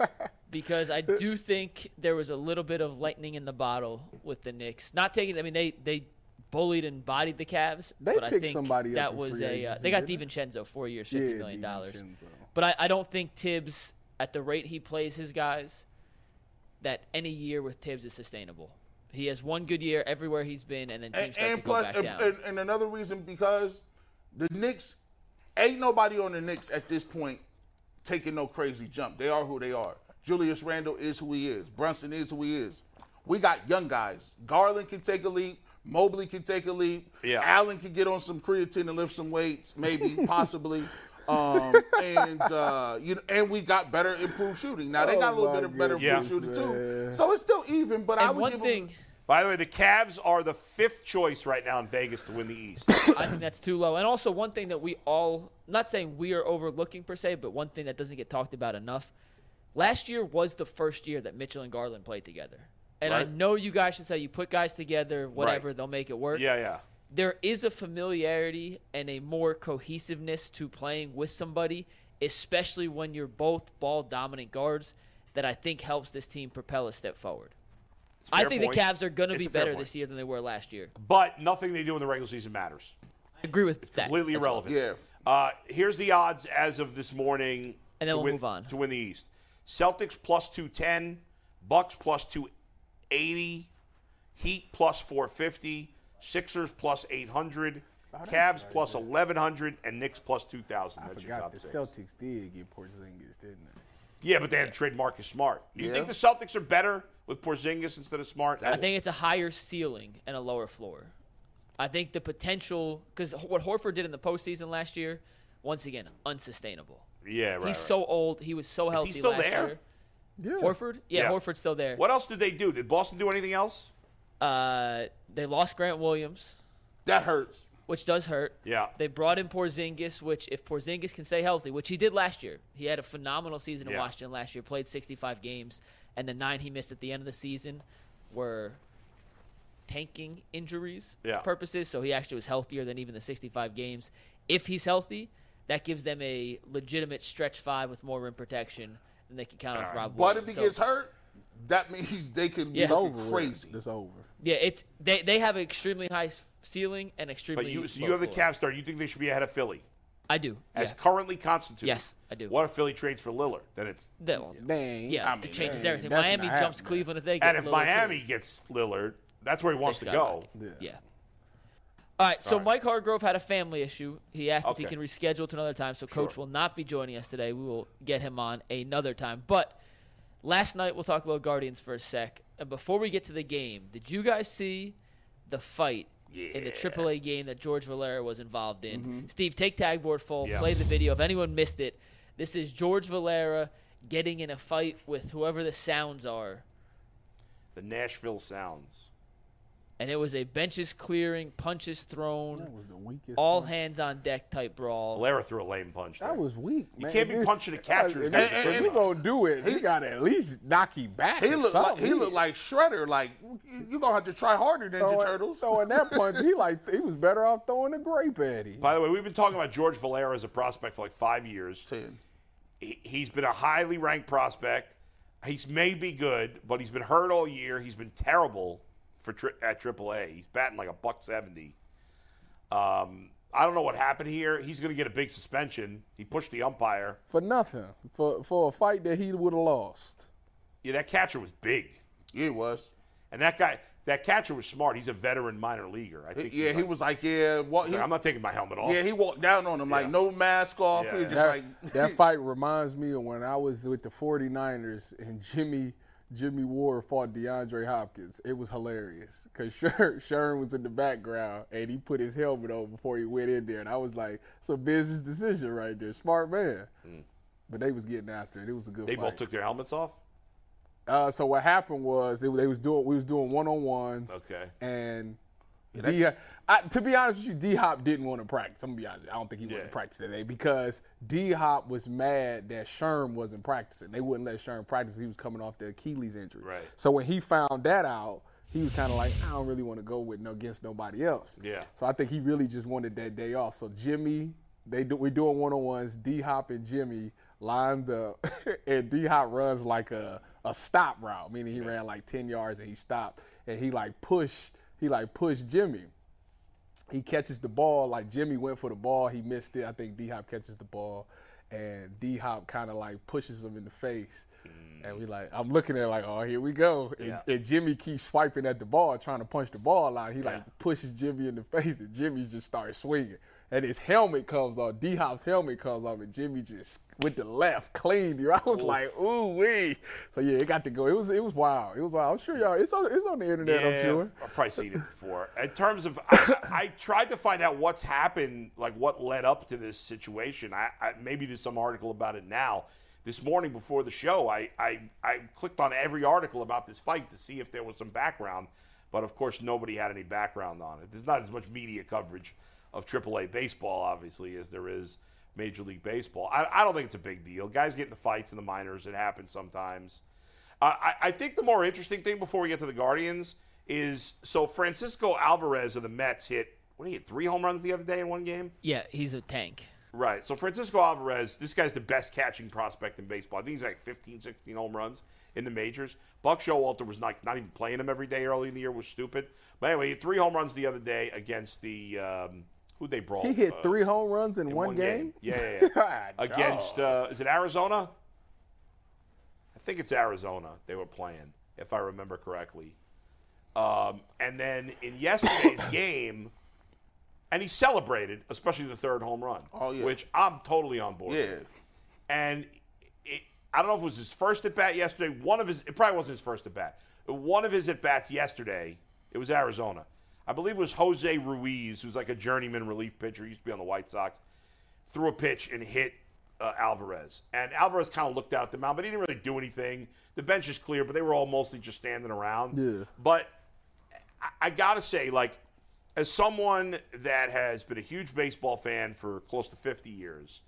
Because I do think there was a little bit of lightning in the bottle with the Knicks. Not taking. I mean, they they bullied and bodied the Cavs.
They
but I
picked
think
somebody up
that
in
was
free
a. Uh,
agency,
they got
didn't
Divincenzo four years, fifty
Yeah,
million dollars.
DiVincenzo.
But I, I don't think Tibbs, at the rate he plays his guys, that any year with Tibbs is sustainable. He has one good year everywhere he's been, and then teams
And,
start
and
to go
plus,
back
and,
down.
and, and another reason because the Knicks ain't nobody on the Knicks at this point taking no crazy jump. They are who they are. Julius Randle is who he is. Brunson is who he is. We got young guys. Garland can take a leap. Mobley can take a leap.
Yeah.
Allen can get on some creatine and lift some weights, maybe, possibly. Um, and uh, you know, and we got better improved shooting. Now they
Oh
got a little
my
bit of better
goodness,
improved shooting too.
man.
So it's still even, but I
And
would
one
give
thing,
them
By the way, the Cavs are the fifth choice right now in Vegas to win the East.
I think that's too low. And also one thing that we all not saying we are overlooking per se, but one thing that doesn't get talked about enough. Last year was the first year that Mitchell and Garland played together. And I
Right.
know you guys should say you put guys together, whatever, they'll make it work.
yeah, yeah.
There is a familiarity and a more cohesiveness to playing with somebody, especially when you're both ball dominant guards, that I think helps this team propel a step forward.
It's a
I
fair
think
point.
the Cavs are going to
It's
be
a fair
better
point.
this year than they were last year.
But nothing they do in the regular season matters.
I agree with that.
Completely
as well.
irrelevant.
Yeah.
Uh, here's the odds as of this morning.
And then
to
we'll
win,
move on.
to win the East. Celtics plus two ten, Bucks plus two eighty, Heat plus four fifty, Sixers plus eight hundred, Cavs plus eleven hundred, and Knicks plus two thousand.
I forgot the Celtics did get Porzingis, didn't they?
Yeah, but they had to trade Marcus Smart. Do you think the Celtics are better with Porzingis instead of Smart?
I think it's a higher ceiling and a lower floor. I think the potential, because what Horford did in the postseason last year, once again, unsustainable.
yeah, right.
He's
right.
so old. He was so healthy
still
last
there?
year.
Yeah.
Horford? Yeah,
Yeah.
Horford's still there.
What else did they do? Did Boston do anything else?
Uh, they lost Grant Williams,
that hurts.
which does hurt.
Yeah.
They brought in Porzingis, which if Porzingis can stay healthy, which he did last year, he had a phenomenal season in
Yeah.
Washington last year. Played 65 games, and the nine he missed at the end of the season were tanking injuries
Yeah.
purposes. So he actually was healthier than even the 65 games. If he's healthy, that gives them a legitimate stretch five with more rim protection, and they can count on Rob.
But if
Williams.
he
So-
gets hurt, that means they can be
Yeah. It's
Over with.
crazy.
It's over.
yeah, it's they they have an extremely high s- ceiling and extremely.
But you, so
low
you have the
floor.
Cavs star. You think they should be ahead of Philly
I do.
as
Yeah.
currently constituted?
Yes, I do.
What if Philly trades for Lillard? Then it's
That one.
Dang.
Yeah,
I
the
mean,
changes
man,
everything.
that's
Miami
not
jumps
happening.
Cleveland if they get
and if
Lillard, too.
Miami gets Lillard, that's where he wants to
They
go.
skyrocket. Yeah. All right, so Mike Hargrove had a family issue. He asked if
Okay.
he can reschedule to another time, so Coach will not be joining us today. We will get him on another time. But last night, we'll talk a little Guardians for a sec. And before we get to the game, did you guys see the fight in the AAA game that George Valera was involved in? Steve, take tagboard full,
Mm-hmm. Yeah.
play the video. If anyone missed it, this is George Valera getting in a fight with whoever the sounds are
The Nashville Sounds.
and it was a benches clearing, punches
That
thrown,
was the weakest.
all
punch.
hands on deck type brawl.
Blair threw a lame punch.
That
there.
was weak,
You
man.
can't be
If-
punching a catcher.
If,
That's
if,
good
if you
enough.
gonna do it, he got to at least knock you back.
He
or
looked like
something.
he looked like Shredder. Like you are gonna have to try harder, Ninja
throwing,
Turtles.
throwing that punch, he like he was better off throwing a grape at him.
By the way, we've been talking about George Valera as a prospect for like five years.
Ten.
He, he's been a highly ranked prospect. He's may be good, but he's been hurt all year. He's been terrible for tri- at AAA. He's batting like a buck seventy. Um, I don't know what happened here. He's going to get a big suspension. He pushed the umpire.
for nothing for for a fight that he would have lost.
Yeah, that catcher was big,
Yeah, he was.
and that guy, that catcher was smart. He's a veteran minor leaguer. I think.
Yeah,
he's
he
like-
was like, yeah, what?
he's like, I'm not taking my helmet off.
yeah, he walked down on him like
Yeah.
no mask off.
Yeah,
he
yeah.
was just
That,
like
that fight reminds me of when I was with the 49ers and Jimmy Jimmy Ward fought DeAndre Hopkins. It was hilarious because Sher, Sharon was in the background and he put his helmet on before he went in there, and I was like, "It's a business decision right there, smart man." But they was getting after it. It was a good.
Mm. They
fight.
both took their helmets off.
Uh, so what happened was they, they was doing we was doing one on ones.
Okay.
And D, I, to be honest with you, D Hop didn't want to practice. I'm gonna be honest. I don't think he wanted
Yeah.
to practice today because D Hop was mad that Sherm wasn't practicing. They wouldn't let Sherm practice. He was coming off the Achilles injury.
Right.
So when he found that out, he was kind of like, I don't really want to go with no against nobody else.
Yeah.
So I think he really just wanted that day off. So Jimmy, they do we're doing one on ones. D Hop and Jimmy lined up, and D Hop runs like a a stop route, meaning he ran like ten yards and he stopped, and he like pushed he like pushed Jimmy. He catches the ball like Jimmy went for the ball, he missed it. I think D Hop catches the ball, and D Hop kind of like pushes him in the face. And we like, I'm looking at it like, oh, here we go. And, and Jimmy keeps swiping at the ball, trying to punch the ball out. He like pushes Jimmy in the face, and Jimmy just starts swinging. and his helmet comes off. D Hop's helmet comes off, and Jimmy just with the left cleaned you. I was like, ooh wee. So yeah, it got to go. It was it was wild. It was wild. I'm sure y'all. It's on it's on the internet. I'm sure.
I've probably seen it before. In terms of, I, I tried to find out what's happened, like what led up to this situation. I, I maybe there's some article about it now. This morning before the show, I, I I clicked on every article about this fight to see if there was some background, but of course nobody had any background on it. There's not as much media coverage of AAA baseball, obviously, as there is Major League Baseball. I, I don't think it's a big deal. Guys get into fights in the minors. It happens sometimes. Uh, I, I think the more interesting thing before we get to the Guardians is so Francisco Alvarez of the Mets hit what did he hit three home runs the other day in one game.
Yeah, he's a tank.
Right. So Francisco Alvarez, this guy's the best catching prospect in baseball. I think he's like 15, 16 home runs in the majors. Buck Showalter was not not even playing him every day early in the year was stupid. But anyway, he had three home runs the other day against the um, who they brought.
He hit
uh,
three home runs in,
in
one, game.
Yeah, yeah, yeah.
Ah,
God,
against uh, is it Arizona? I think it's Arizona they were playing, if I remember correctly. Um, and then in yesterday's game, and he celebrated, especially the third home run,
Oh, yeah.
which I'm totally on board.
Yeah.
with. and it, I don't know if it was his first at bat yesterday. One of his, it probably wasn't his first at bat. One of his at bats yesterday, it was Arizona. I believe it was Jose Ruiz, who's like a journeyman relief pitcher. He used to be on the White Sox threw a pitch and hit uh, Alvarez. And Alvarez kind of looked out the mound, but he didn't really do anything. The bench is clear, but they were all mostly just standing around.
Yeah.
But I- I gotta say, like, as someone that has been a huge baseball fan for close to 50 years,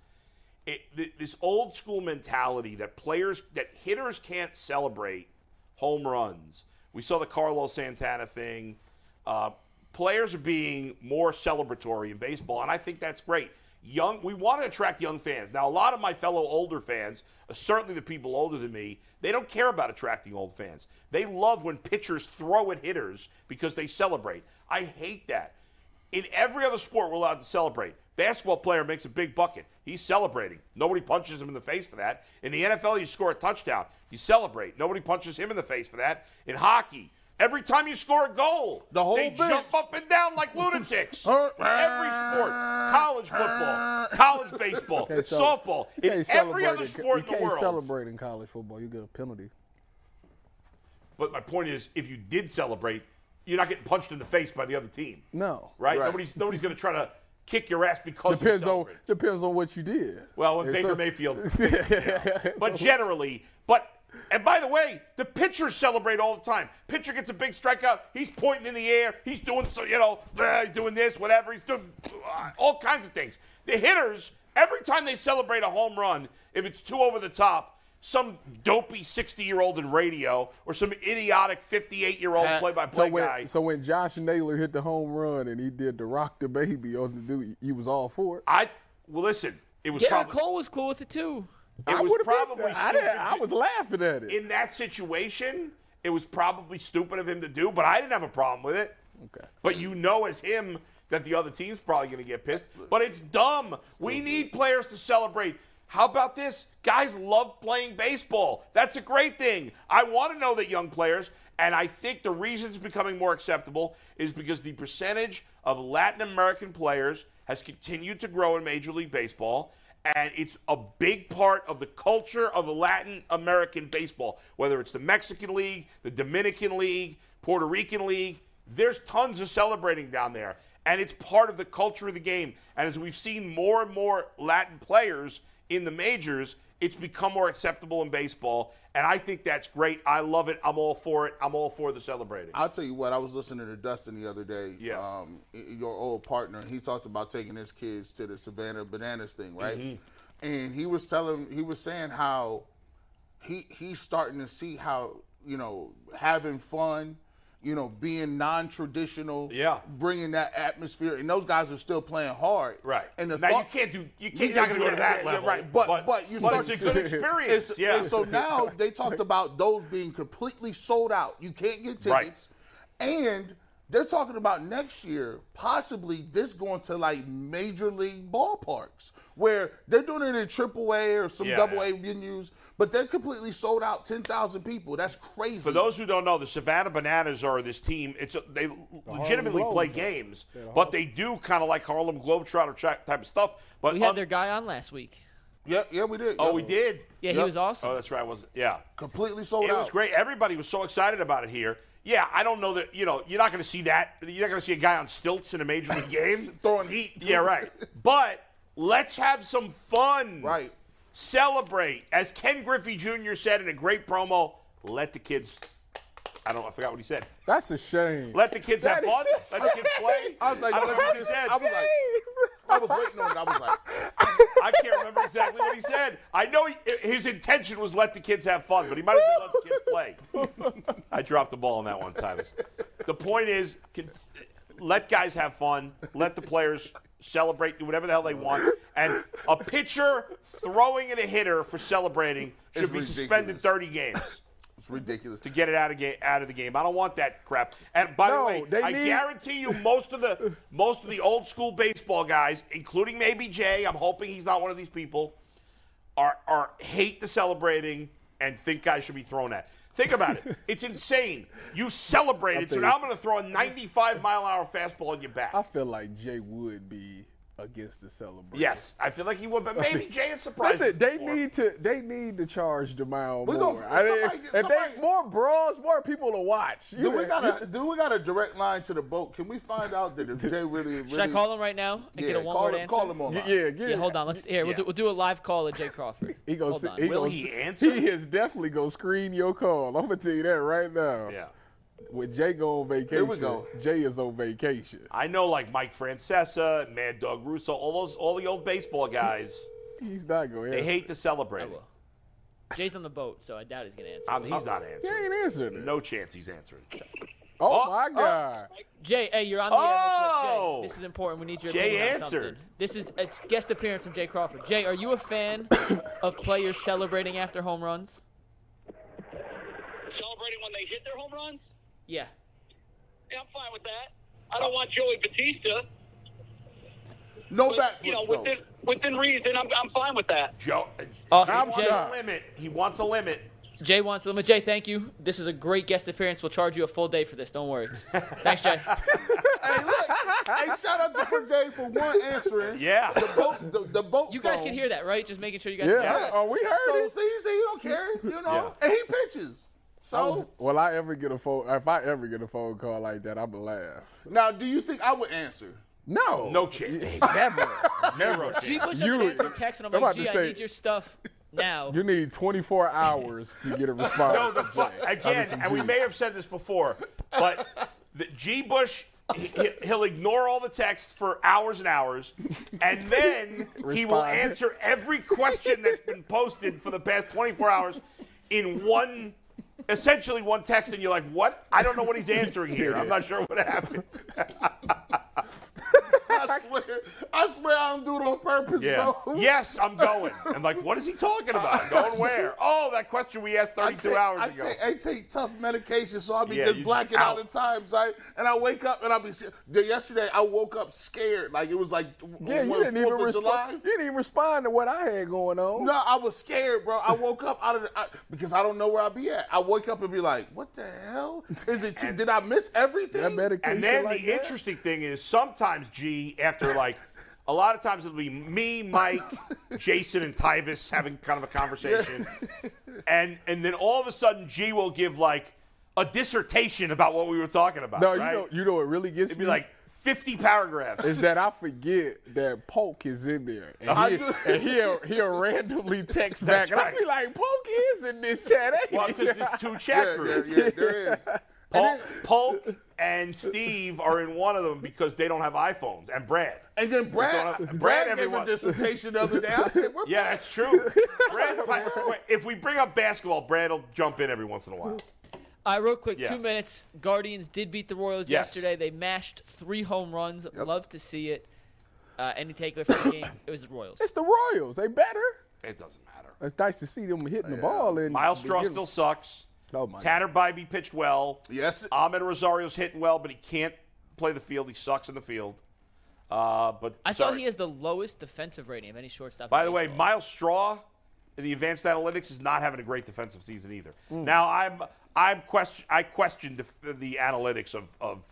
it, th- this old school mentality that players, that hitters can't celebrate home runs. We saw the Carlos Santana thing. Uh, players are being more celebratory in baseball, and I think that's great. Young, we want to attract young fans. Now, a lot of my fellow older fans, uh, certainly the people older than me, they don't care about attracting old fans. They love when pitchers throw at hitters because they celebrate. I hate that. In every other sport, we're allowed to celebrate. Basketball player makes a big bucket. He's celebrating. Nobody punches him in the face for that. In the NFL, you score a touchdown. You celebrate. Nobody punches him in the face for that. In hockey, every time you score a goal,
The whole
they
bench.
jump up and down like lunatics.
Uh,
Huh?
every sport, college football, college baseball,
Can't cel-
softball,
you
in
can't
every
celebrate
other
in-
sport
you
in the
can't
world.
celebrate in college football. You get a penalty.
But my point is, if you did celebrate, you're not getting punched in the face by the other team,
No.
right?
Right.
Nobody's nobody's going to try to kick your ass because you
Depends on
celebrated.
depends on what you did.
Well, when
And
Baker
so-
Mayfield,
Yeah.
but generally, but and by the way, the pitchers celebrate all the time. Pitcher gets a big strikeout, he's pointing in the air, he's doing so, you know, blah, he's doing this, whatever, he's doing uh, all kinds of things. The hitters, every time they celebrate a home run, if it's too over the top, some dopey 60-year-old in radio or some idiotic 58-year-old
So
play-by-play guy.
when, so when Josh Naylor hit the home run and he did the rock the baby on the dude, you was all for it.
I well, listen, it was
Garrett
probably
Cole was cool with it too.
it
I
was
would've been-
probably
I, didn't-
stupid
I
to-
was laughing at it.
in that situation, it was probably stupid of him to do, but I didn't have a problem with it. Okay. But you know, as him, that the other team's probably going to get pissed. But it's dumb. We need players to celebrate. How about this? Guys love playing baseball. That's a great thing. I want to know that young players, and I think the reason it's becoming more acceptable is because the percentage of Latin American players has continued to grow in Major League Baseball and it's a big part of the culture of Latin American baseball. Whether it's the Mexican League, the Dominican League, Puerto Rican League, there's tons of celebrating down there, and it's part of the culture of the game. And as we've seen more and more Latin players in the majors, it's become more acceptable in baseball, and I think that's great. I love it. I'm all for it. I'm all for the celebrating.
I'll tell you what. I was listening to Dustin the other day.
Yeah.
Um, y- your old partner. He talked about taking his kids to the Savannah Bananas thing, right?
Mm-hmm.
And he was telling, he was saying how he he's starting to see how you know having fun, you know, being non-traditional.
Yeah.
Bringing that atmosphere, and those guys are still playing hard.
Right.
And the
Now, you
thought-
can't do- you can't-
You're
you're
not
not
gonna
gonna go to that
yeah,
level,
Right. But
but-
but, you
but
start
it's
to
a good
see-
experience,
it's-
yeah.
and so now they talked about those being completely sold out. You can't get
Right.
tickets, and They're talking about next year, possibly this going to like major league ballparks where they're doing it in AAA or some
Yeah,
double
yeah.
A venues, but they're completely sold out, 10,000 people. That's crazy.
For those who don't know, the Savannah Bananas are this team. It's a, they legitimately
Globetrotters.
play games, but they do kind of like Harlem Globetrotter tra- type of stuff. But
We had
un-
their guy on last week.
yeah, yeah, we did.
oh,
Yeah.
we did.
Yeah, he
Yep.
was awesome.
Oh, that's right. Was it? yeah.
Completely sold
It
out.
was great. Everybody was so excited about it here. Yeah, I don't know that you know you're not going to see that. You're not going to see a guy on stilts in a major league game
Throwing heat.
Yeah, right. But let's have some fun.
Right.
Celebrate, as Ken Griffey Jr. said in a great promo. Let the kids. I don't. know. I forgot what he said.
That's a shame.
Let the kids have
That is
fun. Let the kids play.
I was like,
I don't know
let
what
me
he
just-
said.
I was like, I was waiting on it. I was like,
I can't remember exactly what he said. I know he, his intention was let the kids have fun, but he might as well let the kids play. I dropped the ball on that one, Tyvis. The point is, can, let guys have fun. Let the players celebrate, do whatever the hell they want. And a pitcher throwing at a hitter for celebrating should
It's
be
ridiculous.
suspended 30 games
it's ridiculous.
to get it out of game out of the game. I don't want that crap. And by
No,
the way,
they
I
need-
guarantee you most of the most of the old school baseball guys, including maybe Jay, I'm hoping he's not one of these people, are are hate the celebrating and think guys should be thrown at. Think about it. It's insane. You celebrated, so
think-
now I'm going to throw a 95 mile an hour fastball in your back.
I feel like Jay would be against the celebration.
yes, I feel like he would, but maybe Jay is surprised.
Listen, they
before.
need to they need to charge the mound
We
more.
gonna-
I mean,
somebody-
if
somebody-
they more brawls, more people to watch. You
Do we
know,
got a do we got a direct line to the boat? Can we find out that if Jay really really
Should I call him right now and
Yeah,
get a one
call
word
him,
answer?
call him on.
you- yeah, yeah.
Yeah, hold on. Let's here. We'll, do, we'll do a live call at Jay Crawford.
He goes.
hold on.
He
Will
goes,
he answer?
He is definitely gonna screen your call. I'm gonna tell you that right now.
Yeah.
When Jay go on vacation,
we go.
Jay is on vacation.
I know like Mike Francesa, Mad Dog Russo, all those all the old baseball guys.
He's not going.
They
to
hate to celebrate.
Jay's on the boat, so I doubt he's gonna answer.
Um, he's not
He
answering.
ain't answering it.
No chance he's answering.
Oh,
Oh,
my God.
Jay, hey, you're on the air. real quick.
Oh!
Jay, this is important. We need your
Jay
opinion on something.
answered.
This is a guest appearance from Jay Crawford. Jay, are you a fan of players celebrating after home runs?
celebrating when they hit their home runs.
Yeah.
Yeah, I'm fine with that. I don't want Joey Batista.
No
But, you know,
backflips though.
within within reason, I'm, I'm fine with that.
Joe,
Awesome.
he wants
Jay.
a limit. He wants a limit.
Jay wants a limit. Jay, thank you. This is a great guest appearance. We'll charge you a full day for this. Don't worry. Thanks, Jay.
Hey, look, hey, shout out to for Jay for one answering.
Yeah.
The boat, the, the boat.
You guys
phone.
can hear that, right? Just making sure you guys.
Yeah.
Can hear
I- Oh, we heard
So
it.
see, he said he don't care, you know,
Yeah.
and he pitches. So
Will I ever get a phone? If I ever get a phone call like that, I'ma laugh.
now, do you think I would answer?
No.
No chance.
Never.
Zero
He
chance.
puts up
You-
an answer text, and I'm
I'm
like,
about to
Gee, I
say-
need your stuff now.
You need 24 hours to get a response.
No, the fu- again, and we may have said this before, but the G. Bush, he, he- he'll ignore all the texts for hours and hours, and then he will
Respond.
answer every question that's been posted for the past 24 hours in one, essentially one text, and you're like, what? I don't know what he's answering here. I'm not sure what happened.
I swear, I swear, I don't do it on purpose,
Yeah.
bro.
yes, I'm going. And like, what is he talking about? Going where? Oh, that question we asked
I
32
take,
hours
I
ago.
Take, I take tough medication, so I be
Yeah, you
just
just
blacking out
out.
at times, right? And I wake up and I be sc- the- yesterday. I woke up scared, like it was like
Yeah, you didn't even
July.
respond. You didn't even respond to what I had going on.
No, I was scared, bro. I woke up out of the, I, because I don't know where I be at. I wake up and be like, "What the hell is it? t- did I miss everything?"
That medication.
and then
like
the
that?
interesting thing is sometimes, G, after like, a lot of times it'll be me, Mike, Jason, and Tyvis having kind of a conversation. And and then all of a sudden, G will give like a dissertation about what we were talking about.
No,
right?
you know, you know what really gets
It'd be
me
like 50 paragraphs.
is that I forget that Polk is in there,
I
and,
do-
he, and he'll he'll randomly text
That's
back, and I'll be like, Polk is in this chat. ain't
well,
he?"
because there's two chat
yeah,
groups.
yeah, yeah, there is.
Pul- Polk and Steve are in one of them because they don't have iPhones, and Brad.
And then Brad,
That's all I-
Brad,
Brad,
gave
everyone.
a dissertation the other day. I said, "We're
Yeah, that's true. Brad, Pi- if we bring up basketball, Brad will jump in every once in a while.
All right, real quick,
Yeah.
two minutes. Guardians did beat the Royals
Yes.
yesterday. They mashed three home runs. Love to see it. Uh, any takeaway from the game? It was the Royals.
it's the Royals. They better.
It doesn't matter.
It's nice to see them hitting the ball. And
Miles Straw
getting-
still sucks.
Oh my.
Tanner Bybee pitched well.
Yes.
Ahmed Rosario's hitting well, but he can't play the field. He sucks in the field. Uh, but
I saw
sorry.
he has the lowest defensive rating of any shortstop.
By
in
the way,
baseball.
Miles Straw in the advanced analytics is not having a great defensive season either.
Hmm.
Now I'm I'm question I question the, the analytics of of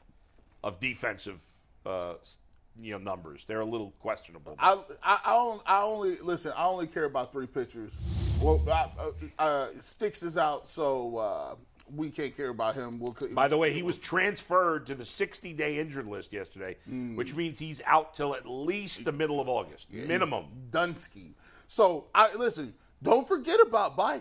of defensive uh, s- you know numbers. They're a little questionable.
I, I, I, only, I only listen. I only care about three pitchers. Well, I, uh, uh, Sticks is out, so uh, we can't care about him. We'll,
By the way, he was transferred to the 60-day injured list yesterday,
Hmm.
which means he's out till at least the middle of August, minimum.
Dunsky. So I listen. Don't forget about Bybee.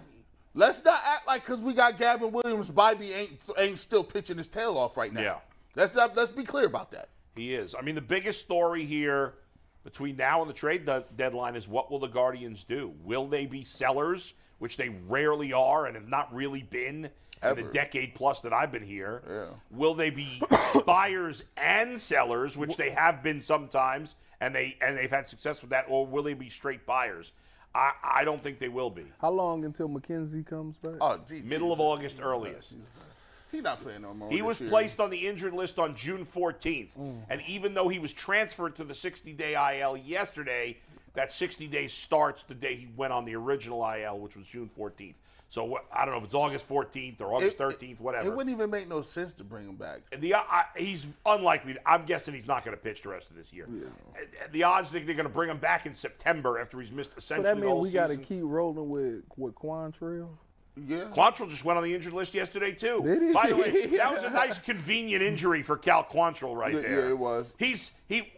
Let's not act like because we got Gavin Williams, Bybee ain't ain't still pitching his tail off right now.
Yeah.
Let's not, let's be clear about that.
He is. I mean, the biggest story here between now and the trade de- deadline is what will the Guardians do? Will they be sellers, which they rarely are and have not really been in the
Ever.
decade plus that I've been here?
Yeah.
Will they be buyers and sellers, which they have been sometimes, and they and they've had success with that, or will they be straight buyers? I, I don't think they will be.
How long until McKenzie comes back?
Oh, DT.
Middle of August, earliest.
He not playing no more.
He
this Mm.
was
year.
placed on the injured list on June 14th. And even though he was transferred to the 60 day IL yesterday, that 60 days starts the day he went on the original IL, which was June 14th. So what- I don't know if it's August 14th or August 13th,
It,
whatever.
wouldn't even make no sense to bring him back.
And the I, he's unlikely. I'm guessing he's not going to pitch the rest of this year. And- and The odds that they're going to bring him back in September after he's missed
so
essentially
that
the
means
whole
we got to
season.
keep rolling with with Quantrill.
Yeah.
Quantrill just went on the injured list yesterday too.
Did he?
By the way, that was a nice convenient injury for Cal Quantrill right
Yeah,
there.
yeah, it was.
He's he,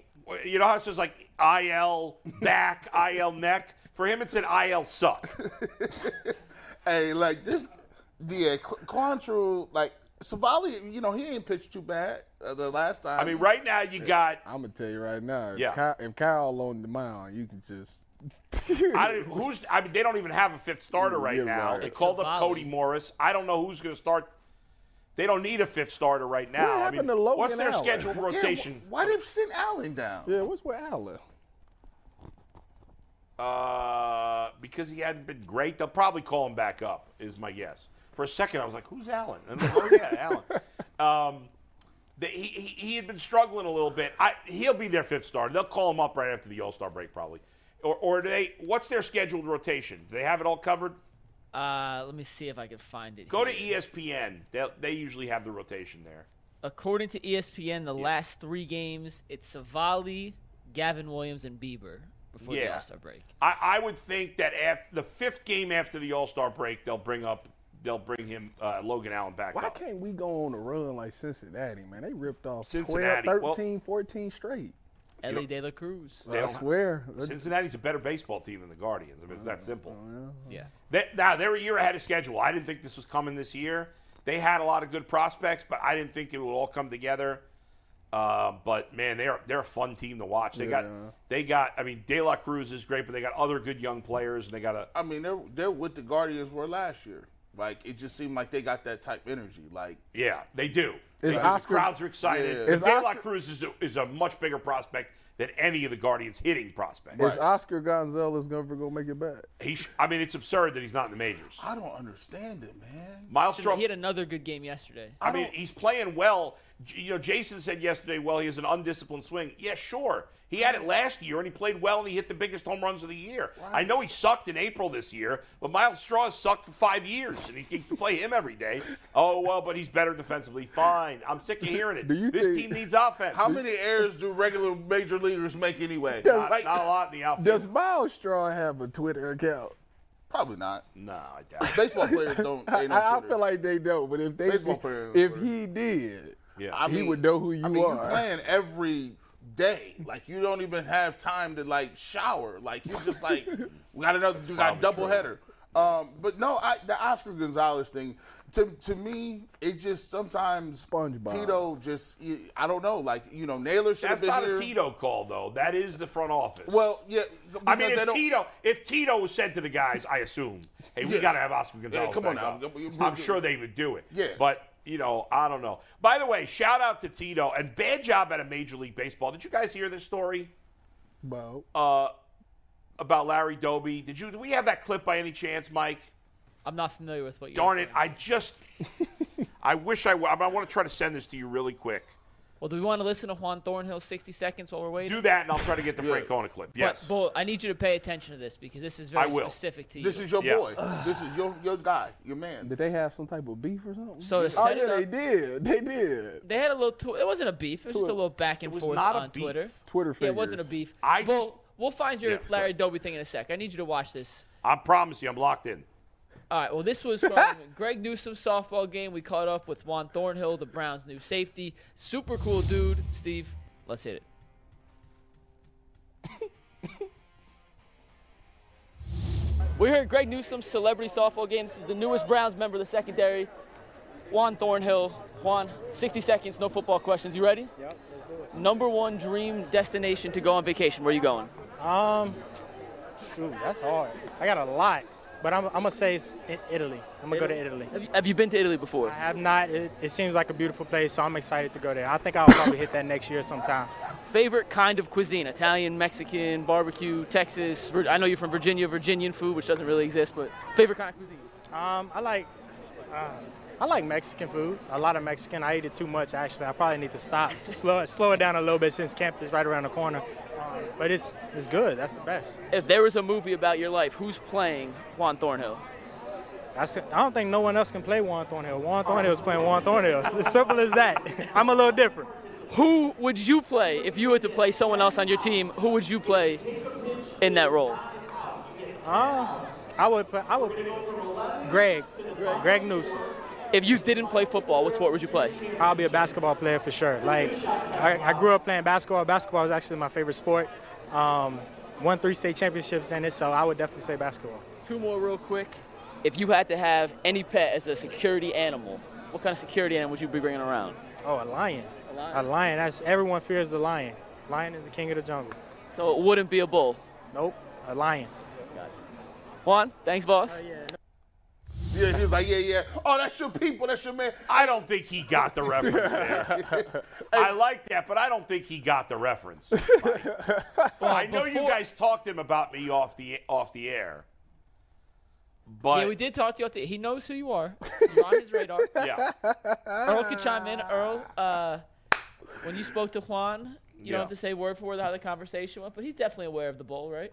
you know how it says like IL back, IL neck. For him, it said IL suck.
Hey, like this, yeah, Qu- Quantrill, like Savali, you know, he ain't pitched too bad uh, the last time.
I mean, right now you got
I'm gonna tell you right now. If
Yeah.
Kyle, if Kyle on the mound, you can just.
I don't, who's I mean they don't even have a fifth starter right
You're
now.
right.
They called up
Savali.
Cody Morris. I don't know who's going to start. They don't need a fifth starter right now. I
happened
mean,
to Logan
what's their
Allen?
scheduled
Yeah, wh-
rotation?
why did send Allen down?
Yeah, what's with Allen?
Uh, because he hadn't been great, they'll probably call him back up. Is my guess. For a second, I was like, "Who's Allen?" And I'm like, "Oh yeah, Allen." Um, the, he, he he had been struggling a little bit. I, he'll be their fifth starter. They'll call him up right after the All Star break, probably. Or or do they? What's their scheduled rotation? Do they have it all covered?
uh, let me see if I can find it.
Go to E
here.
ESPN. They they usually have the rotation there.
According to E ESPN, the last three games it's Savali, Gavin Williams, and Bieber before the
Yeah.
All Star break.
I, I would think that after the fifth game after the All Star break, they'll bring up they'll bring him uh, Logan Allen back
Why
up.
can't we go on a run like Cincinnati, man? They ripped off 12,
Cincinnati, well-
13, 14 straight.
Ellie De La Cruz.
They
I
don't-
swear. Oh,
Cincinnati's a better baseball team than the Guardians. I mean, it's that simple.
Yeah.
They, now they're a year ahead of schedule. I didn't think this was coming this year. They had a lot of good prospects, but I didn't think it would all come together. Uh, but man, they're they're a fun team to watch. They got
Yeah.
they got. I mean, De La Cruz is great, but they got other good young players, and they got a
I mean, they're they're what the Guardians were last year. Like it just seemed like they got that type energy. Like
yeah, they do. They
Is
do.
Oscar-
the crowds are excited.
Yeah.
Is
De La
Oscar-
Cruz is a, is a much bigger prospect than any of the Guardians hitting prospects.
Is Oscar Gonzalez going to go make it back?
He sh- I mean, it's absurd that he's not in the majors.
I don't understand it, man.
Miles Straw
He had another good game yesterday.
I, mean, he's playing well. J- You know, Jason said yesterday, well, he has an undisciplined swing. Yeah, sure. He had it last year, and he played well, and he hit the biggest home runs of the year. I know he sucked in April this year, but Miles Straw has sucked for five years, and he can play him every day. Oh, well, but he's better defensively. Fine. I'm sick of hearing it.
Do you
this
think-
team needs offense.
How many errors do regular major leaguers make anyway?
not,
Like,
not a lot in the outfield.
Does Miles Straw have a Twitter account?
probably not.
no, I doubt it.
Baseball players don't.
I,
They don't
I feel like they don't, but if they
Baseball player,
if
or-
he did,
Yeah.
I
he would know who you
I mean,
are.
You playing every day. Like you don't even have time to like shower. Like you just like we got another you got a
probably
double header. Um, but no, I, the Oscar Gonzalez thing to to me it just sometimes
SpongeBob.
Tito just I don't know like you know Naylor should have
That's
been
not
here.
a Tito call, though. That is the front office.
Well, yeah.
I mean,
because they
if
don't-
Tito, if Tito said to the guys, I assume, hey, we
Yes.
got to have Oscar Gonzalez.
come on
back
now.
up,"
We- we-
I'm sure they would do it.
Yeah.
But, you know, I don't know. By the way, shout out to Tito and bad job at a Major League Baseball. Did you guys hear this story
Bo.
uh, about Larry Doby? Did you? Do we have that clip by any chance, Mike?
I'm not familiar with what you're.
Darn it!
referring
I just, I wish I. w- I want to try to send this to you really quick.
to. Well, do we want to listen to Juan Thornhill 60 seconds while we're waiting?
Do that, and I'll try to get the Frank Kona clip. Yes.
But, Bull, I need you to pay attention to this because this is very
I will.
specific to you.
This is your
Yeah.
boy. This is your your guy, your man.
Did they have some type of beef or something?
So to
oh
set it
yeah,
up-
they did. They did.
they had a little. Tw- it wasn't a beef. It was just a little back and
was
forth
not a
on
beef.
Twitter.
Twitter
Yeah,
fingers.
it wasn't a beef.
I
Bull,
just-
we'll find your
Yeah,
Larry Doby thing in a sec. I need you to watch this.
I promise you, I'm locked in.
All right. Well, this was from Greg Newsom's softball game. We caught up with Juan Thornhill, the Browns' new safety. Super cool dude, Steve. Let's hit it. We're here at Greg Newsom's celebrity softball game. This is the newest Browns member of the secondary, Juan Thornhill. Juan, 60 seconds, no football questions. You ready? Yep, Number one dream destination to go on vacation. Where are you going?
Um, shoot, that's hard. I got a lot, but I'm, I'm gonna say it's in Italy. I'm gonna go to Italy.
Have you, have you been to Italy before?
I have not. It, it seems like a beautiful place, so I'm excited to go there. I think I'll probably hit that next year sometime.
Favorite kind of cuisine? Italian, Mexican, barbecue, Texas. Vir- I know you're from Virginia, Virginian food, which doesn't really exist, but favorite kind of cuisine?
Um, I like, uh, I like Mexican food. A lot of Mexican. I eat it too much actually. I probably need to stop, slow it- slow it down a little bit since camp is right around the corner. Um, but it's it's good. That's the best.
If there was a movie about your life, who's playing Juan Thornhill?
That's, I don't think no one else can play Juan Thornhill. Juan Thornhill's playing Juan Thornhill. It's as simple as that. I'm a little different.
Who would you play if you were to play someone else on your team? Who would you play in that role?
Uh, I would put I would Greg Greg, Newsom.
If you didn't play football, what sport would you play?
I'll be a basketball player for sure. Like I, I grew up playing basketball. Basketball is actually my favorite sport. Um, won three state championships in it, so I would definitely say basketball.
Two more, real quick. If you had to have any pet as a security animal, what kind of security animal would you be bringing around?
Oh, a lion.
A lion.
A lion. That's everyone fears the lion. Lion is the king of the jungle.
So it wouldn't be a bull.
Nope, a lion.
Juan, thanks, boss.
Oh,
Yeah, he was like, yeah, yeah. Oh, that's your people. That's your man.
I don't think he got the reference there. I like that, but I don't think he got the reference. I know you
before-
guys talked to him about me off the off the air, but
Yeah, we did talk to you. out there. He knows who you are. You're on his radar.
yeah.
Earl can chime in. Earl, uh, when you spoke to Juan, you
Yeah.
don't have to say word for word how the conversation went, but he's definitely aware of the bowl, right?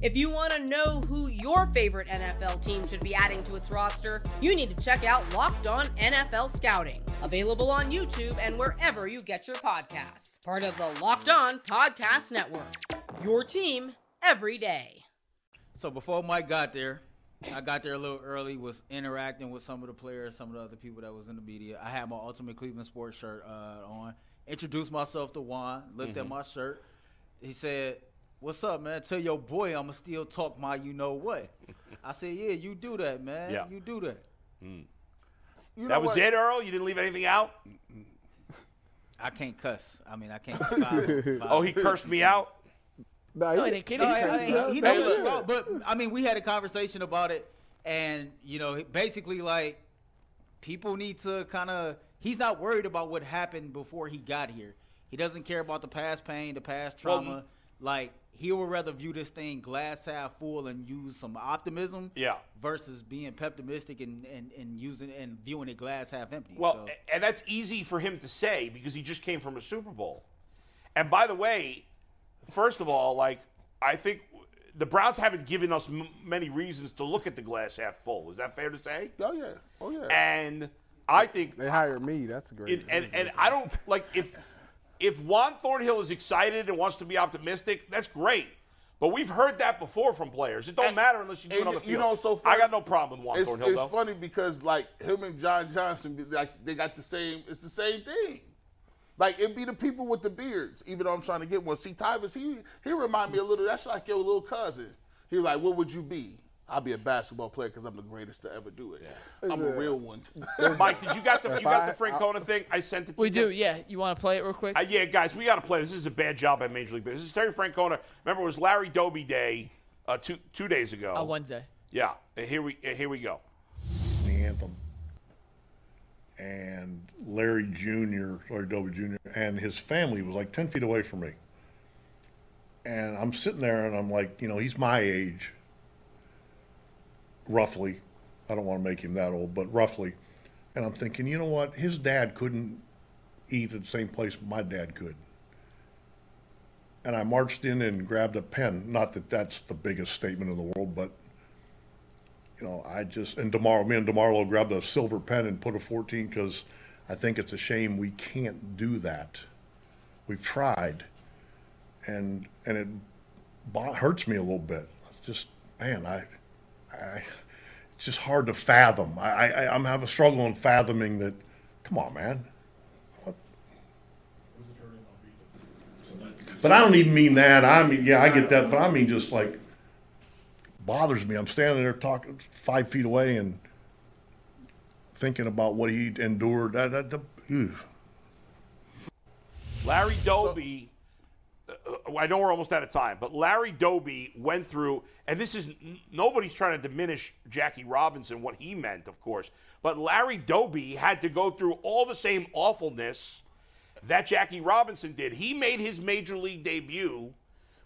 If you want to know who your favorite NFL team should be adding to its roster, you need to check out Locked On NFL Scouting, available on YouTube and wherever you get your podcasts. Part of the Locked On Podcast Network. Your team every day.
So before Mike got there, I got there a little early, was interacting with some of the players, some of the other people that was in the media. I had my Ultimate Cleveland Sports shirt uh, on. Introduced myself to Juan, looked
Mm-hmm.
at my shirt. He said, What's up, man? Tell your boy I'ma still talk my you know what. I said, Yeah, you do that, man.
Yeah.
You do that.
You know
That was
what?
it, Earl. You didn't leave anything out.
I can't cuss. I mean I can't five-
Oh, he cursed me out.
Nah,
No,
he-
he didn't kid
No,
you.
I- I- he- he
that
knows
was
it's wrong, but I mean, we had a conversation about it, and you know, basically, like people need to kind of. He's not worried about what happened before he got here. He doesn't care about the past pain, the past trauma. like he would rather view this thing glass half full and use some optimism,
Yeah.
versus being pessimistic and, and, and using and viewing it glass half empty.
Well,
so.
a- and that's easy for him to say because he just came from a Super Bowl. And by the way, first of all, like I think the Browns haven't given us m- many reasons to look at the glass half full. Is that fair to say?
Oh yeah. Oh yeah.
And I think
They hired me. That's great.
it, and and I don't like if if Juan Thornhill is excited and wants to be optimistic, that's great. But we've heard that before from players. It don't matter unless you do it
and
on the field.
you know, so
I
funny-
got no problem with Juan
it's,
Thornhill
it's
though.
funny because like him and John Johnson, be- like they got the same. It's the same thing. Like it'd be the people with the beards. Even though I'm trying to get one. See, Tyvus, he he remind me a little. That's like your little cousin. He like, what would you be? I'll be a basketball player because I'm the greatest to ever do it. I'm
Is
a
it-
real one.
Mike, did you got the
If
you got the
I-
Francona thing? I sent it. To
We
you
do,
guys.
yeah. You want to play it real quick?
Uh, yeah, guys, we got to play. This is a bad job at Major League. Baseball. This is Terry Francona. Remember, it was Larry Doby Day uh, two two days ago.
On Wednesday.
Yeah, uh, here we uh, here we go.
the anthem. And Larry Jr., Larry Doby Jr., and his family was like 10 feet away from me. And I'm sitting there and I'm like, you know, he's my age, roughly. I don't want to make him that old, but roughly. And I'm thinking, you know what? His dad couldn't eat at the same place my dad could. And I marched in and grabbed a pen. Not that that's the biggest statement in the world, but you know, I just and tomorrow, me and Demarlo grabbed a silver pen and put a 14 because I think it's a shame we can't do that. We've tried, and and it bo- hurts me a little bit. Just man, I, I, it's just hard to fathom. I, I I'm having a struggle in fathoming that. Come on, man. But I don't even mean that. I mean, yeah, I get that, but I mean just like bothers me. I'm standing there talking five feet away and thinking about what he endured. That, that, the, ew.
Larry Doby. uh, I know we're almost out of time, but Larry Doby went through, and this is n- nobody's trying to diminish Jackie Robinson, what he meant, of course, but Larry Doby had to go through all the same awfulness that Jackie Robinson did. He made his major league debut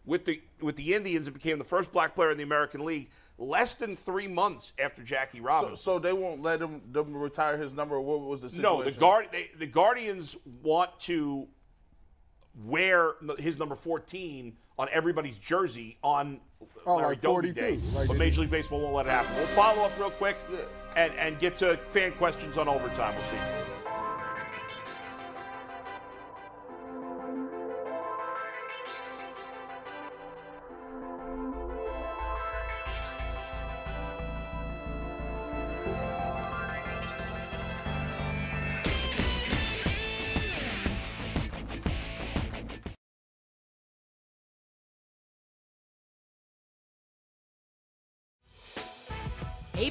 with the with the Indians and became the first black player in the American League less than three months after Jackie
So,
Robinson.
so they won't let him them retire his number. What was the situation?
No, the guard. They, the Guardians want to wear n- his number fourteen on everybody's jersey on
Oh,
Larry
like
Doby
42,
Day,
like
but
they
Major League Baseball won't let it happen. We'll follow up real quick and and get to fan questions on overtime. We'll see.
Hey,